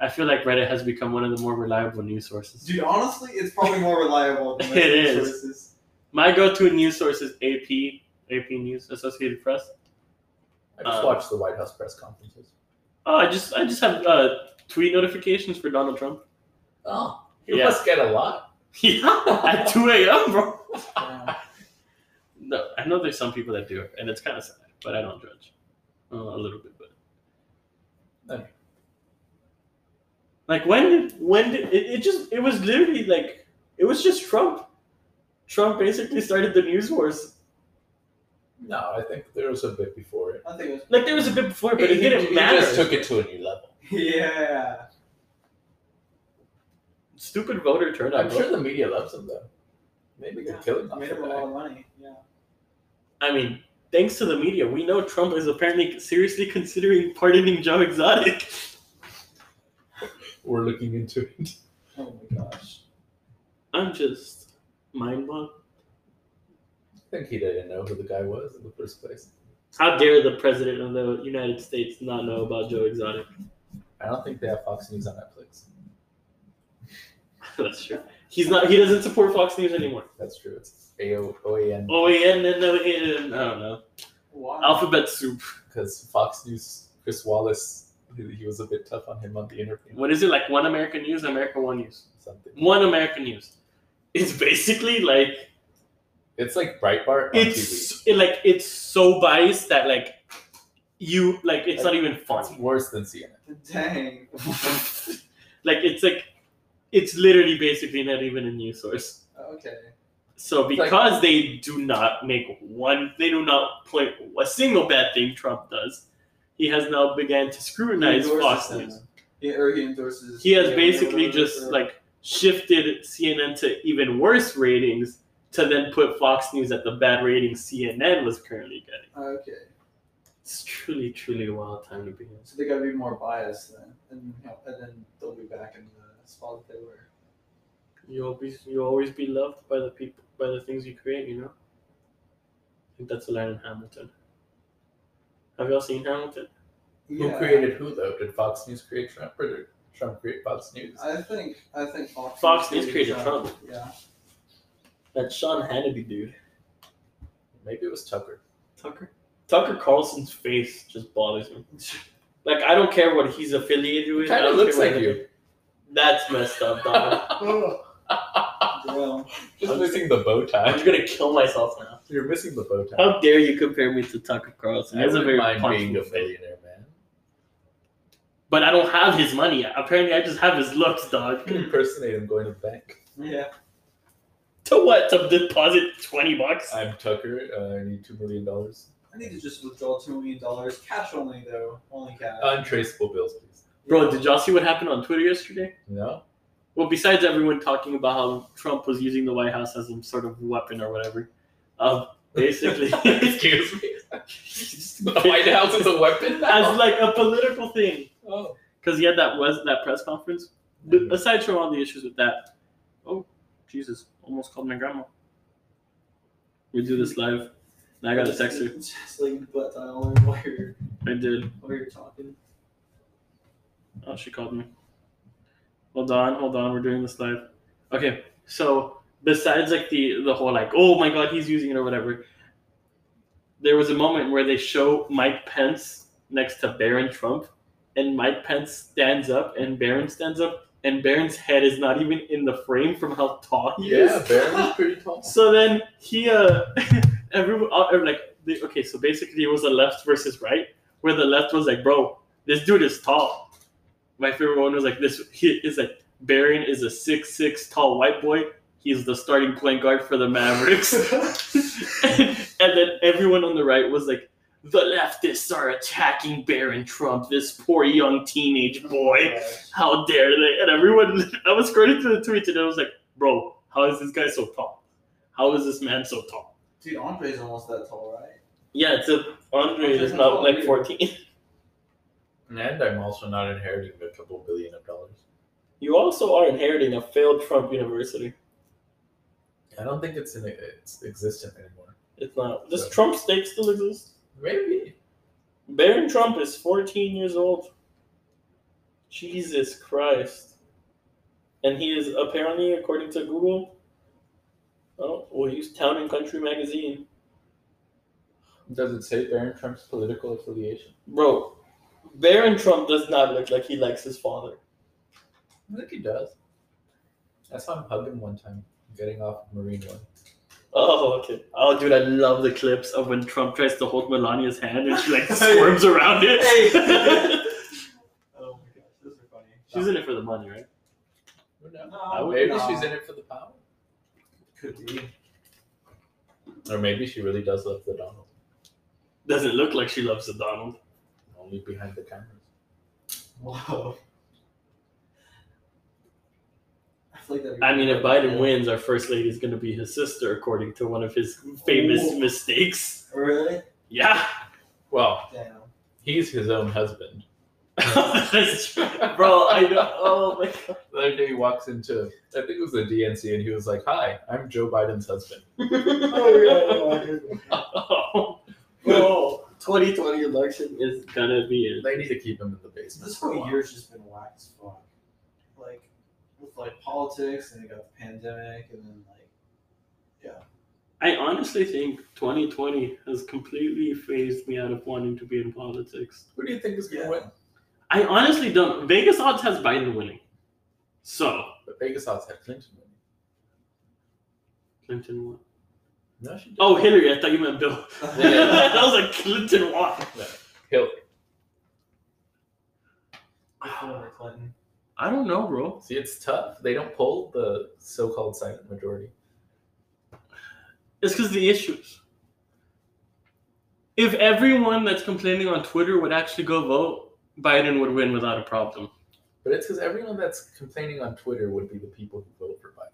A: I feel like Reddit has become one of the more reliable news sources.
D: dude. Honestly, it's probably more
A: *laughs*
D: reliable than
A: It
D: most news
A: is.
D: sources.
A: My go-to news source is AP, AP News, Associated Press.
C: I just
A: um,
C: watched the White House press conferences.
A: Oh, I just I just have uh, tweet notifications for Donald Trump. *laughs*
C: Oh. You
A: Yeah.
C: must get a lot.
A: Yeah, at two a.m., bro.
D: Yeah.
A: No, I know there's some people that do it, and it's kind of sad, but I don't judge uh, a little bit. But
C: Okay.
A: like when did when did it, it just it was literally like it was just Trump. Trump basically started the news wars.
C: No, I think there was a bit before it.
D: I think it was.
A: Like there was a bit before, but it
C: He- he-
A: didn't
C: he
A: matter.
C: just took it to a new level.
D: Yeah.
A: Stupid voter turnout.
C: I'm
A: bro.
C: sure the media loves him though. Maybe they're
D: Yeah.
C: killing off
D: Made
C: the
D: him a
C: guy.
D: lot of money. Yeah.
A: I mean, thanks to the media, we know Trump is apparently seriously considering pardoning Joe Exotic. *laughs*
C: We're looking into it. *laughs*
D: Oh my gosh.
A: I'm just mind blown.
C: I think he didn't know who the guy was in the first place.
A: How dare the president of the United States not know about Joe Exotic? *laughs*
C: I don't think they have Fox News on Netflix.
A: That's true. He's not. He doesn't support Fox News anymore.
C: That's true. It's AO OAN
A: Oh yeah, no, no, yeah, no, I don't know.
D: Wow.
A: Alphabet soup.
C: because Fox News Chris Wallace he, he was a bit tough on him on the interview.
A: What is it like? One American News, America One News.
C: Something.
A: One American News. It's basically like
C: It's like Breitbart on
A: it's it, like it's so biased that like you like it's not even funny. *laughs*
C: It's worse than CNN.
D: Dang.
A: Like it's like it's literally basically not even a news source.
D: okay.
A: So
C: It's like-
A: because they do not make one, they do not point a single bad thing Trump does. He has now began to scrutinize
D: He endorses
A: Fox
D: them.
A: News.
D: Yeah, or he endorses.
A: He has
D: yeah,
A: basically
D: yeah,
A: just
D: or-
A: like shifted CNN to even worse ratings to then put Fox News at the bad ratings CNN was currently getting.
D: Okay,
A: It's truly, truly a wild time to be in.
D: so they gotta be more biased then, and you know, and then they'll be back in the spot that they were.
A: You always you always be loved by the people by the things you create, you know? I think that's a line in Hamilton. Have y'all seen Hamilton?
C: Who
D: Yeah.
C: created who though? Did Fox News create Trump or did Trump create Fox News?
D: I think I think Fox.
A: Fox News created Trump.
D: Yeah.
A: That Sean Hannity dude.
C: Maybe it was Tucker.
A: Tucker? Tucker Carlson's face just bothers me. *laughs* Like I don't care what he's affiliated with. I
C: Kind of
A: don't
C: looks
A: care
C: like
A: what-
C: you.
A: *laughs* That's messed up, dog. *laughs*
C: *laughs*
D: Well,
C: Just missing the bow tie.
A: I'm gonna kill myself now.
C: You're missing the bow tie.
A: *laughs* How dare you compare me to Tucker Carlson?
C: I
A: He's a
C: wouldn't
A: very
C: mind being a
A: punchable face.
C: billionaire, man.
A: But I don't have his money. Apparently I just have his looks, dog.
C: You can impersonate him going to the bank.
D: yeah.
A: To what? To deposit twenty bucks?
C: I'm Tucker. Uh, I need two million dollars.
D: I need to just withdraw two million dollars, cash only though, only cash.
C: Untraceable bills, please.
A: Uh, Bro, did y'all see what happened on Twitter yesterday?
C: No.
A: Well, besides everyone talking about how Trump was using the White House as some sort of weapon or whatever, um, *laughs* basically,
C: Excuse me. The *laughs* White House is a weapon now.
A: as like a political thing.
C: oh.
A: because he had that was that press conference. But
C: Mhm.
A: aside from all the issues with that, oh Jesus, almost called my grandma. We do this live. And I got a text her.
D: *laughs* Just like butt dial while you're
A: I did.
D: while you're talking.
A: Oh, she called me. Hold on, hold on. We're doing this live. Okay, so besides like the the whole like oh my god he's using it or whatever, there was a moment where they show Mike Pence next to Barron Trump, and Mike Pence stands up and Barron stands up and Barron's head is not even in the frame from how tall he
C: Yeah, *laughs*
A: is.
C: Barron's pretty tall.
A: So then he uh *laughs* everyone all- or, like the, okay so basically it was a left versus right where the left was like bro this dude is tall. My favorite one was like this he is like Barron is a six six tall white boy. He's the starting point guard for the Mavericks. *laughs* and then everyone on the right was like, the leftists are attacking Barron Trump, this poor young teenage boy. How dare they? And everyone, *laughs* I was scrolling through the tweets and I was like, bro, how is this guy so tall? How is this man so tall?
D: Dude, Andre's almost that tall, right?
A: Yeah, it's a Andre is not like 14.
C: And I'm also not inheriting a couple billion of dollars.
A: *laughs* You also are inheriting a failed Trump university.
C: I don't think it's in it's existent anymore.
A: It's not. Does Trump state still exist?
C: Maybe.
A: Barron Trump is 14 years old. Jesus Christ. And he is apparently, according to Google, oh, we'll use Town and Country magazine.
C: Does it say Barron Trump's political affiliation?
A: Bro, Barron Trump does not look like he likes his father.
C: I think he does. I saw him hugging one time, getting off of Marine One.
A: Oh, okay. Oh, dude, I love the clips of when Trump tries to hold Melania's hand and she *laughs* like squirms around *laughs* it.
D: Oh my gosh, those are funny.
A: She's in it for the money, right?
C: Who knows?
D: No,
C: Maybe
D: no.
C: she's in it for the power.
D: Could be.
C: Or maybe she really does love the Donald,
A: Doesn't look like she loves the Donald.
C: only behind the cameras.
D: Wow. I feel like that'd be
A: I mean, if
D: really
A: Biden
D: bad.
A: wins, our first lady is going to be his sister, according to one of his famous
D: Ooh.
A: mistakes.
D: Really?
A: Yeah, *laughs*
C: Well,
D: Damn.
C: he's his own husband.
A: that's true, bro. I know. Oh my
C: The other day he walks into, I think it was the DNC, and he was like, "Hi, I'm Joe Biden's husband."
A: god. *laughs* oh, bro, 2020 election is gonna be
C: They need to keep him in the basement.
D: *laughs* This
C: for a
D: whole
C: while.
D: year's just been whack as fuck. Like with like politics and you got the pandemic and then like
A: I honestly think 2020 has completely phased me out of wanting to be in politics.
C: Who do you think is going to
D: Yeah.
C: win?
A: I honestly don't. Vegas odds has Biden winning, so
C: The Vegas odds had Clinton winning.
A: Clinton won.
C: No, she did.
A: *laughs* Oh, Hillary. I thought you meant Bill.
B: *laughs*
C: Yeah.
A: I was like Clinton won.
C: Hillary.
F: Hillary Clinton.
A: I don't know, bro.
C: See, it's tough. They don't poll the so-called silent majority.
A: It's because the issues. If everyone that's complaining on Twitter would actually go vote, Biden would win without a problem.
C: But it's because everyone that's complaining on Twitter would be the people who vote for Biden.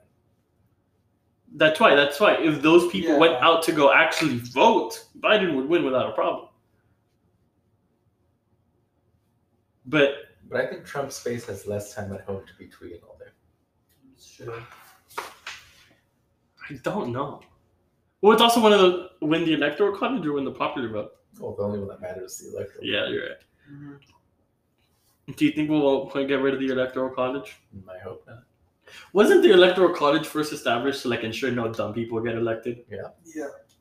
A: That's why. That's why. If those people
B: Yeah.
A: went out to go actually vote, Biden would win without a problem. But
C: But I think Trump's face has less time at home to be tweeting all day.
B: Sure.
A: I don't know. Well, it's also one of the win the electoral college or win the popular vote.
C: Well, the only one that matters is the electoral.
A: Yeah, you're right.
B: Mhm.
A: Do you think we'll get rid of the electoral college?
C: I hope not.
A: Wasn't the electoral college first established to like ensure no dumb people get elected?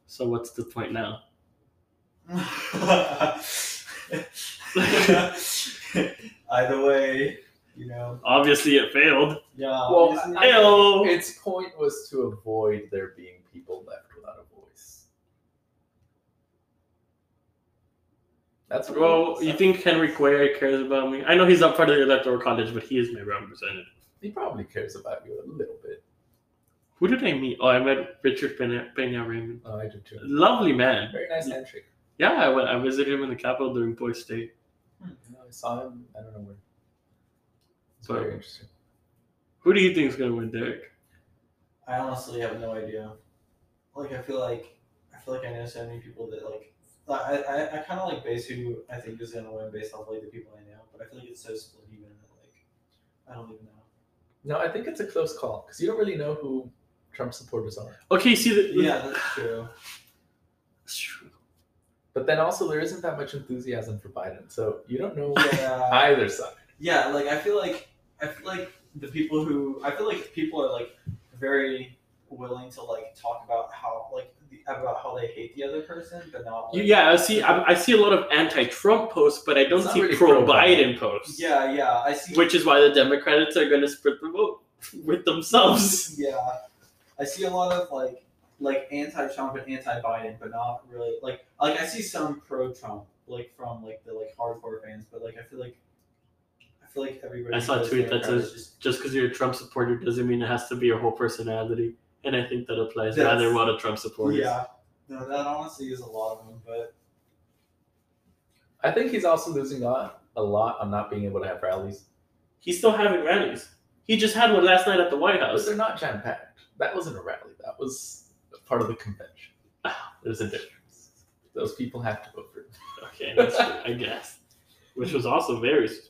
A: So what's the point now?
B: Yeah. *laughs* Either way, you know.
A: Obviously, it failed.
B: Yeah.
C: Well,
B: obviously-
C: I-
A: Ayo.
C: Its point was to avoid there being people left without a voice. That's what it
A: Well,
C: was.
A: you think Henry Cuellar cares about me? I know he's not part of the electoral college, but he is my representative.
C: he probably cares about you a little bit.
A: Who did I meet? Oh, I met Richard Pena, Pena Raymond.
C: Oh, I do too.
A: Lovely man.
C: Very nice handshake.
A: Yeah, I went. I visited him in the capital during Boy State.
C: You know, I saw him. I don't know where. It's
A: But-
C: very interesting.
A: Who do you think is gonna win, Derek?
B: I honestly have no idea. Like I feel like I feel like I know so many people that like I I, I kind of like base who I think is gonna win based off like the people I know, but I feel like it's so split even that like I don't even know.
C: No, I think it's a close call because you don't really know who Trump supporters are.
A: Okay, see the
B: Yeah, that's
C: *laughs*
B: true.
A: That's true.
C: But then also, there isn't that much enthusiasm for Biden, so you don't know
B: Yeah,
C: either side.
B: yeah. Like I feel like I feel like the people who I feel like people are like very willing to like talk about how like the, about how they hate the other person, but not
A: You-
B: like,
A: Yeah, I see. I, I see a lot of anti-Trump posts, but I don't
C: It's not
A: see
C: really
A: pro-Biden posts.
B: yeah, yeah. I see.
A: Which is why the Democrats are gonna split the vote *laughs* with themselves.
B: Yeah, I see a lot of like like anti-Trump and anti-Biden, but not really like like I see some pro-Trump like from like the like hardcore fans, but like I feel like I feel like everybody.
A: I saw a
B: who
A: tweet that
B: votes Democrat
A: says
B: is just
A: just because you're a Trump supporter doesn't mean it has to be your whole personality. And I think that applies
B: That's-
A: rather well to Trump supporters.
B: yeah. No, that honestly is a lot of them, but
C: I think he's also losing a, a lot on not being able to have rallies.
A: He's still having rallies. He just had one last night at the White
C: But
A: House.
C: they're not jam packed. That wasn't a rally. That was part of the convention.
A: *sighs* There's a difference.
C: Those people have to vote for. him.
A: Okay, that's true, I guess. Which was also very suspicious.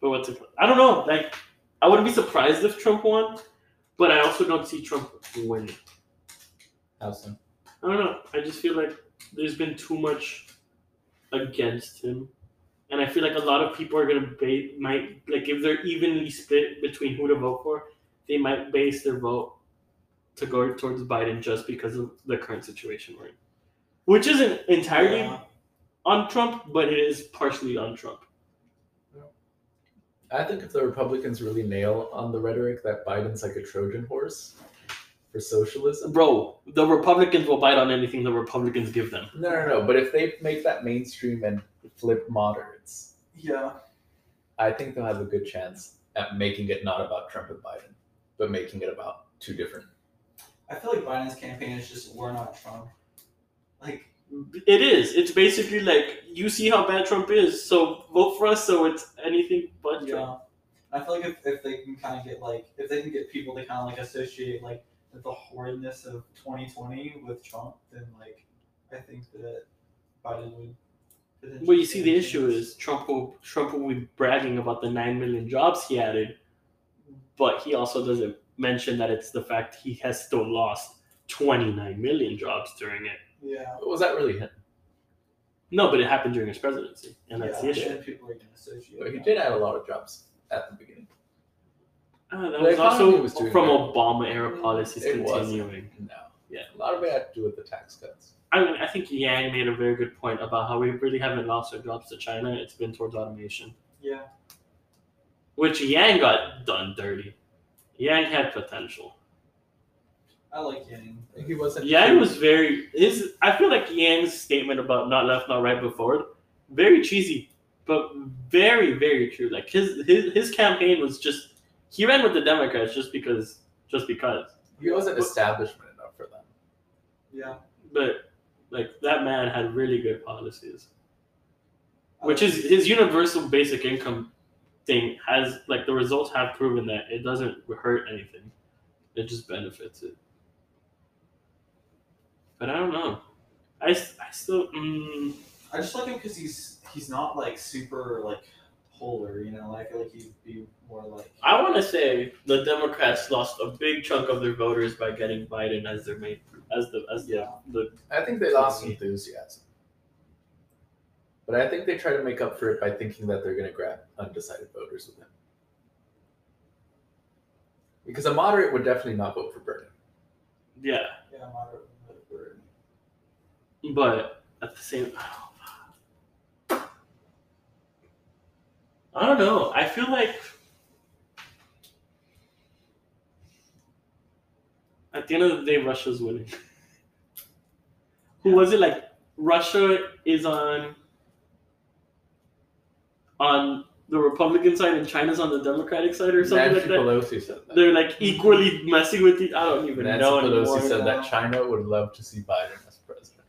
A: But what's it? I don't know. Like, I wouldn't be surprised if Trump won, but I also don't see Trump winning.
C: How soon?
A: I don't know. I just feel like there's been too much against him, and I feel like a lot of people are gonna bait might like if they're evenly split between who to vote for, they might base their vote to go towards Biden just because of the current situation we're in, which isn't entirely
B: yeah.
A: on Trump, but it is partially on Trump.
C: I think if the Republicans really nail on the rhetoric that Biden's like a Trojan horse for socialism.
A: Bro, the Republicans will bite on anything the Republicans give them.
C: No, no, no. But if they make that mainstream and flip moderates,
B: yeah,
C: I think they'll have a good chance at making it not about Trump and Biden, but making it about two different.
B: I feel like Biden's campaign is just we're not Trump. Like
A: It is. It's basically like you see how bad Trump is, so vote for us. So it's anything but Trump.
B: Yeah. I feel like if, if they can kind of get like if they can get people to kind of like associate like the horridness of 2020 with Trump, then like I think that Biden would. potentially
A: Well, you see, the
B: gain
A: issue
B: things.
A: is Trump will Trump will be bragging about the nine million jobs he added, but he also doesn't mention that it's the fact he has still lost twenty nine million jobs during it.
B: Yeah.
C: But was that really him?
A: No, but it happened during his presidency, and that's
B: yeah,
A: the issue.
B: and people are gonna associate.
C: But he
B: that.
C: did add a lot of jobs at the beginning.
A: Ah, that
C: The
A: was
C: economy
A: also
C: was doing
A: from
C: good.
A: Obama era policies
C: It was.
A: continuing.
C: No.
A: Yeah.
C: A lot of it had to do with the tax cuts.
A: I mean, I think Yang made a very good point about how we really haven't lost our jobs to China. It's been towards automation,
B: Yeah.
A: which Yang got done dirty. Yang had potential.
D: I like Yang.
C: He wasn't.
A: Yang was very his. I feel like Yang's statement about not left, not right, but forward, very cheesy, but very, very true. Like his his his campaign was just he ran with the Democrats just because, just because.
C: He wasn't establishment enough for them.
D: Yeah.
A: But like that man had really good policies,
D: I
A: which
D: like
A: is his universal basic income thing has like the results have proven that it doesn't hurt anything, it just benefits it. But I don't know. I, s- I still mm,
D: I just like him because he's he's not like super like polar, you know. Like I feel like he'd be more like.
A: I want to say the Democrats lost a big chunk of their voters by getting Biden as their main as the as the,
D: Yeah.
A: the
C: I think they lost enthusiasm. But I think they try to make up for it by thinking that they're going to grab undecided voters with him. Because a moderate would definitely not vote for Bernie.
A: yeah.
D: Yeah, moderate, moderate.
A: But at the same, I don't know. I feel like at the end of the day, Russia's winning. Who was it? Like Russia is on on the Republican side, and China's on the Democratic side, or something
C: Nancy
A: like that.
C: Pelosi said that.
A: They're like equally messing with each. I don't even
C: Nancy
A: know
C: Pelosi
A: anymore.
C: said
D: now.
C: that China would love to see Biden as president.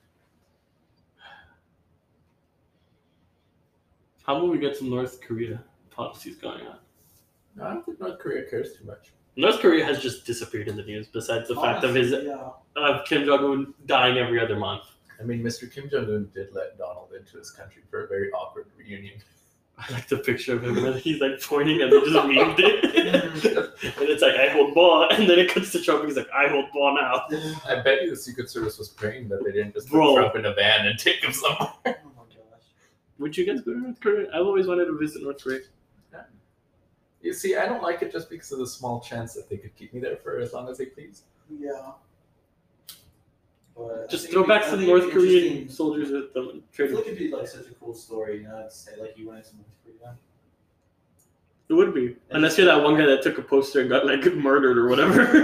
A: How about we get some North Korea policies going on?
C: No, I don't think North Korea cares too much.
A: North Korea has just disappeared in the news. Besides the fact of his
D: Honestly, yeah. *laughs*
A: of Kim Jong Un dying every other month.
C: I mean, Mr. Kim Jong Un did let Donald into his country for a very awkward reunion.
A: I like the picture of him. and He's like pointing, and they just memed it. and it's like I hold ball, and then it cuts to Trump. And he's like I hold ball
D: Oh
A: now.
C: I bet you the Secret Service was praying that they didn't just
A: Bro.
C: put Trump in a van and take him somewhere.
D: Oh my gosh.
A: Would you guys go to North Korea? I've always wanted to visit North Korea.
C: You see, I don't like it just because of the small chance that they could keep me there for as long as they please.
D: Yeah. But I
A: Just
D: think
A: throw
D: it'd be-
A: back
D: I
A: some
D: think it'd
A: North
D: be
A: Korean
D: interesting-
A: soldiers with them.
D: I feel
A: Trading.
D: like it'd be like such a cool story, you know, to say like you went into North Korea.
A: It would be, unless you're that one guy that took a poster and got like murdered or whatever.
D: *laughs*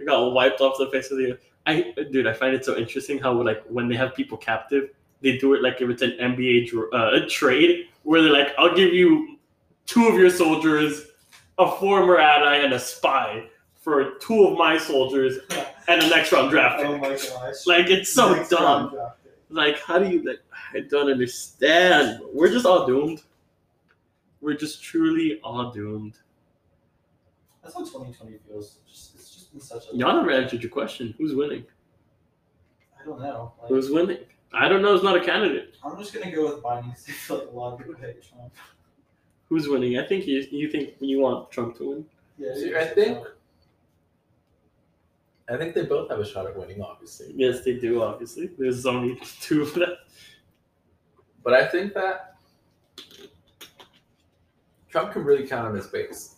D: Yeah.
A: They got wiped off the face of the earth. I dude, I find it so interesting how like when they have people captive, they do it like if it's an NBA dr- uh, trade where they're like, "I'll give you two of your soldiers, a former ally, and a spy for two of my soldiers and an next round draft
D: oh
A: pick."
D: my gosh.
A: like it's so
D: Next
A: dumb.
D: round draft pick.
A: Like, how do you like? I don't understand. We're just all doomed. We're just truly all doomed.
D: That's how 2020 feels. Just, it's just been such a.
A: Y'all never answered your question. Who's winning?
D: I don't know. Like,
A: Who's winning? I don't know. It's not a candidate.
D: I'm just gonna go with Biden *laughs* since like a lot of people hate Trump.
A: Who's winning? I think you you think you want Trump to win.
D: Yeah,
C: See,
D: dude,
C: I
D: so
C: think-
D: dumb.
C: I think they both have a shot at winning, obviously.
A: Yes, they do. Obviously, there's only *laughs* two of them.
C: But I think that Trump can really count on his base.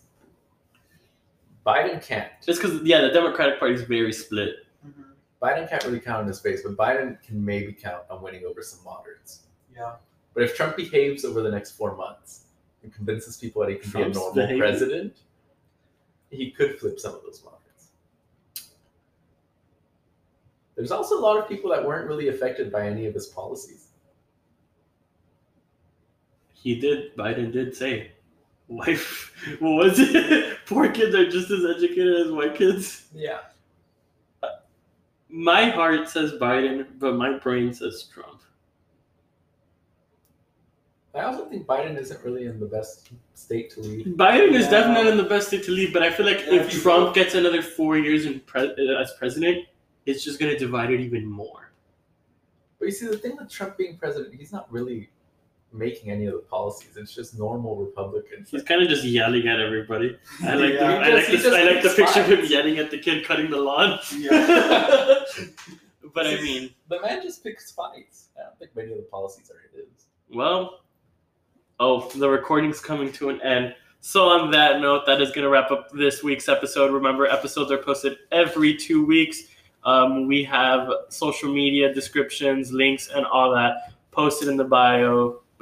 C: Biden can't.
A: Just because, yeah, the Democratic Party is very split.
D: Mhm.
C: Biden can't really count on his base, but Biden can maybe count on winning over some moderates.
D: Yeah.
C: But if Trump behaves over the next four months and convinces people that he can
A: Trump's
C: be a normal
A: behavior.
C: president, he could flip some of those markets. There's also a lot of people that weren't really affected by any of his policies.
A: He did. Biden did say, "Wife, *laughs* what was it? *laughs* Poor kids are just as educated as white kids."
C: Yeah.
A: My heart says Biden, but my brain says Trump.
C: I also think Biden isn't really in the best state to lead.
A: Biden is
D: Yeah.
A: definitely in the best state to leave, but I feel like
D: Yeah,
A: if
D: he-
A: Trump gets another four years in pre- uh, as president, it's just going to divide it even more.
C: But you see, the thing with Trump being president, he's not really making any of the policies. It's just normal Republicans.
A: He's kind of just yelling at everybody. I like the,
D: Yeah.
A: I like
C: He just-
A: the, I
C: he
A: like the
C: just
A: picture of him
C: smiles.
A: yelling at the kid cutting the lawn.
D: Yeah.
A: *laughs* but I mean,
C: The man just picks fights. I don't think many of the policies are his.
A: well, oh, the recording's coming to an end. So on that note, that is going to wrap up this week's episode. Remember, episodes are posted every two weeks. Um, we have social media descriptions, links, and all that posted in the bio